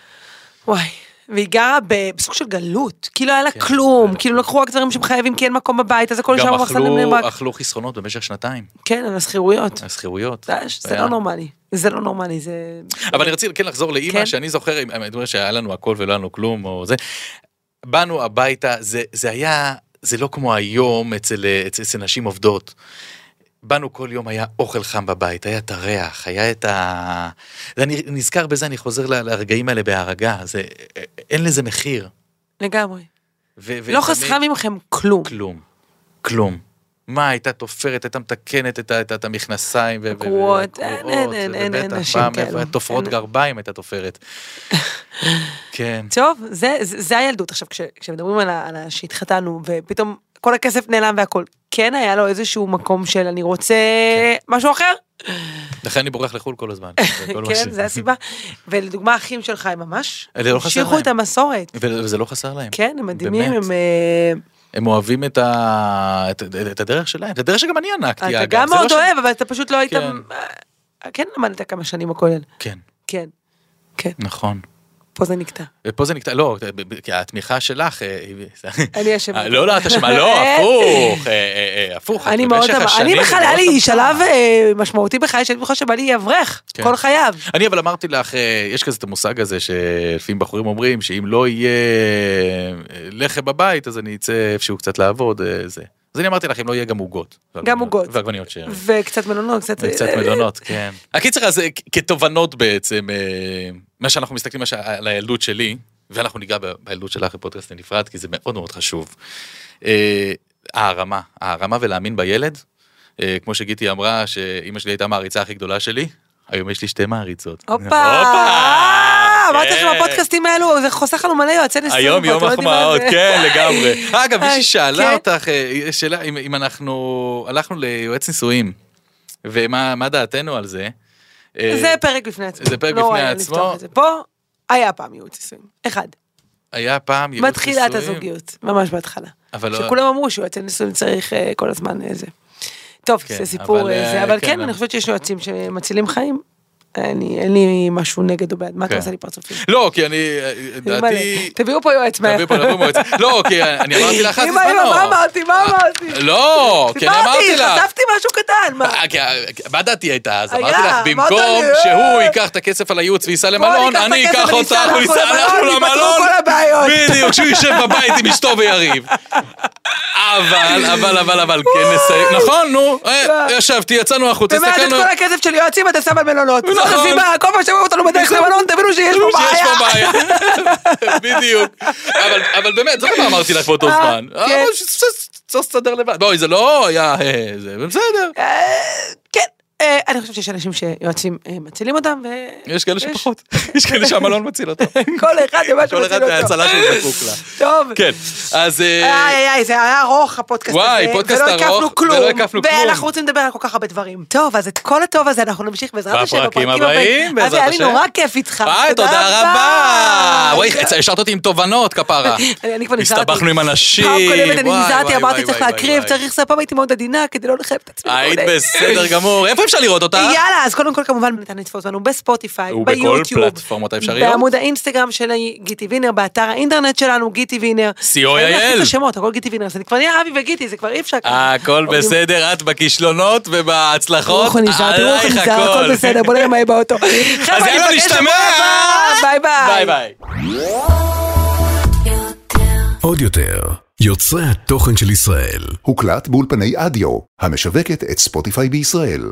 וואי. והיא גרה ב- בסוג של גלות, כאילו היה לה כן, כלום, בסדר. כאילו לקחו רק דברים שהם חייבים, כי אין מקום בבית, אז הכל שם גם במחסן אכלו- לבני ברק. אכלו חסרונות במשך שנתיים, כן, על השכירויות. השכירויות. זה- זה היה- לא נורמלי, זה לא נורמלי, זה... אבל אני רציתי כן לחזור לאימא, כן. שאני זוכר, אם- אני אומר שהיה לנו הכל ולא היה לנו כלום, או זה. באנו הביתה, זה, זה היה, זה לא כמו היום אצל, אצל, אצל נשים עובדות. באנו כל יום, היה אוכל חם בבית, היה את הריח, היה את ה... אני נזכר בזה, אני חוזר ל- לרגעים האלה בהרגה, זה, אין לזה מחיר. לגמרי. ו- לא ותמיד- חסכה מכם כלום. כלום. כלום. מה, הייתה תופרת, הייתה מתקנת את, ה- את, ה- את המכנסיים. ו- ו- הקרועות, אין, והקרועות, אין, אין, ובטח אין נשים פעם כאלו. היה תופרות אין. גרביים הייתה [LAUGHS] תופרת. כן. טוב, זה, זה, זה הילדות. עכשיו, כש, כשמדברים על, ה- על ה- שהתחתנו, ופתאום כל הכסף נעלם והכל, כן היה לו איזשהו מקום של אני רוצה כן. משהו אחר. לכן אני בורח לחו"ל כל [LAUGHS] הזמן. כל מה כן, ש- זה הסיבה. ולדוגמה, האחים שלך הם ממש זה לא חסר המשיכו להם. את המסורת. [LAUGHS] ו- וזה לא חסר להם. כן, הם מדהימים, באמת. הם... אה, הם אוהבים את, ה... את, את הדרך שלהם, את הדרך שגם אני ענקתי, אתה אגב. גם זה לא מאוד ש- אוהב, אבל אתה פשוט לא היית... כן. אה, כן למדת כמה שנים בכולל. כן, כן, כן, נכון. פה זה נקטע. ופה זה נקטע, לא, כי התמיכה שלך... אה, היא- אני אשמה. לא, לא, את אשמה, [LAUGHS] לא, הפוך, אה, אה, אה, הפוך. אני את מאוד... במשך אמ- אני השנים, בכלל, זה היה מאוד לי טוב. שלב אה, משמעותי בחיי, שאני בטוחה שבעלי אברך כן. כל חייו. אני אבל אמרתי לך, אה, יש כזה את המושג הזה שלפעמים בחורים אומרים שאם לא יהיה אה, לחם בבית אז אני אצא איפשהו קצת לעבוד, אה, זה. אז אני אמרתי לך אם לא יהיה גם עוגות. ועגבניות- עוגות. ועגבניות ש... וקצת מלונות, קצת... אה, קצת [LAUGHS] מלונות, כן. הקיצר אז אה, כ- כתובנות בעצם, אה, מה שאנחנו מסתכלים מה ש- על הילדות שלי, ואנחנו ניגע ב- בילדות שלך בפודקאסט נפרד, כי זה מאוד מאוד חשוב. אה, הערמה, הערמה ולהאמין בילד, אה, כמו שגיטי אמרה, שאימא שלי הייתה המעריצה הכי גדולה שלי, היום יש לי שתי מעריצות. הופה! אמרתי לכם, כן. הפודקאסטים האלו, זה חוסך לנו מלא יועצי נשואים. היום פה, אתם יום לא יודעים מה החמאות, זה. כן לגמרי. [LAUGHS] אגב, מישהי אה, שאלה כן. אותך, אה, יש שאלה אם אם אנחנו הלכנו ליועץ נישואים, ומה מה דעתנו על זה? אה, זה פרק בפני עצמו. זה פרק לא בפני ראוי עצמו. לפתוח את זה פה היה פעם ייעוץ נישואים. אחד. היה פעם ייעוץ בתחילת נישואים, הזוגיות, ממש בהתחלה. אבל לא- שכולם אמרו שיועצי נישואים צריך אה, כל הזמן איזה. טוב, כן, זה סיפור אבל, אה, אה, זה, אבל כן, כן, אבל- אני חושבת שיש יועצים שמצילים חיים. אני- אין לי משהו נגד או בעד, מה אתה כן. עושה לי פרצופים? לא, כי אני, אה, דעתי... אימא'לה, תביאו פה יועץ מה... תביאו פה לבוא מועצת... לא, כי אני אמרתי לך, אז אמא, אמא, בזמנו. מה אמרתי? מה אמרתי? לא, כי אני אמרתי לך. חשפתי משהו קטן, מה? אה, כי, אה, מה דעתי הייתה אז? היה, אמרתי לך, אמרת במקום לי, שהוא אה. ייקח את הכסף על הייעוץ וייסע בוא, למלון, ניקח את אני הכסף אקח אותך, וניסע הוא אנחנו ייסע אנחנו למלון, ייפתרו למלון. כל הבעיות. בדיוק, כשהוא יושב בבית עם אשתו ויריב. אבל, אבל, אבל, אבל, כן נסיים. נכון, נו, אה, לא. ישבתי, יצאנו החוצה, ומאז את הסתכלנו. כל הכסף של יועצים אתה שם על מלונות. זאת נכון. הסיבה, כל פעם שאומרים אותנו בדרך למלון, תבינו שיש פה שיש בעיה. פה בעיה, [LAUGHS] בדיוק. אבל- אבל באמת, זה לא מה אמרתי לך באותו אה, זמן. כן. אבל ש- ש- צריך לסדר לבד. בואי, זה לא היה... אה, זה בסדר. אה, כן, אה, אני חושבת שיש אנשים שיועצים אה, מצילים אותם, [LAUGHS] ו- יש כאלה שפחות. יש כאלה שהמלון מציל [LAUGHS] אותם. כל אחד ומה כל אחד שמציל אותו. וההצלה שהוא זקוק לה. טוב. כן, אז... אה, איי, איי, איי, זה היה ארוך הפודקאסט הזה. וואי, פודקאסט ולא הקפנו ארוך, כלום, ולא הקפנו כלום. ואנחנו רוצים לדבר על כל כך הרבה דברים. טוב, אז את כל הטוב הזה אנחנו נמשיך בעזרת השם בפרקים הבאים, אז בעזרת היה לי השם. נורא כיף איתך. ביי, תודה רבה. וואי, השארת אותי עם תובנות, כפרה. [LAUGHS] אני- אני כבר נזהרתי. הסתבכנו עם אנשים. פעם קודמת אני וואי, נזהרתי, וואי, אמרתי וואי, צריך וואי, להקריב, וואי. צריך, זה פעם הייתי מאוד עדינה כדי לא לחייב את עצמי. היית וכו'. בסדר גמור. איפה אפשר לראות אותה? יאללה, אז קודם כל כמובן ניתן לתפוס אותנו בספוטיפיי, ובכל ביוטיוב, פלטפורמות האפשריות. בעמוד האינסטגרם של גיטי וינר, באתר האינטרנט שלנו, גיטי וינר. C.O.I.L. אני אכניס את השמות, הכל גיטי וינר, אז אני כבר נהיה אבי וגיטי, זה כבר אי אפשר. ככה. הכל עובדים בסדר, את בכישלונות ובהצלחות. רוחו נזהר, תראו איך עלייך נזהר, אה, הכל [LAUGHS] בסדר, בוא נראה מה [LAUGHS] יהיה באוטו. חבר'ה, אז יאללה, ניפגש נשתמע! שבוע הבא, ביי ביי. ביי ביי. עוד יותר, יוצרי התוכן של ישראל. הוקלט באולפני אדיו, המשווקת את ספוטיפיי בישראל.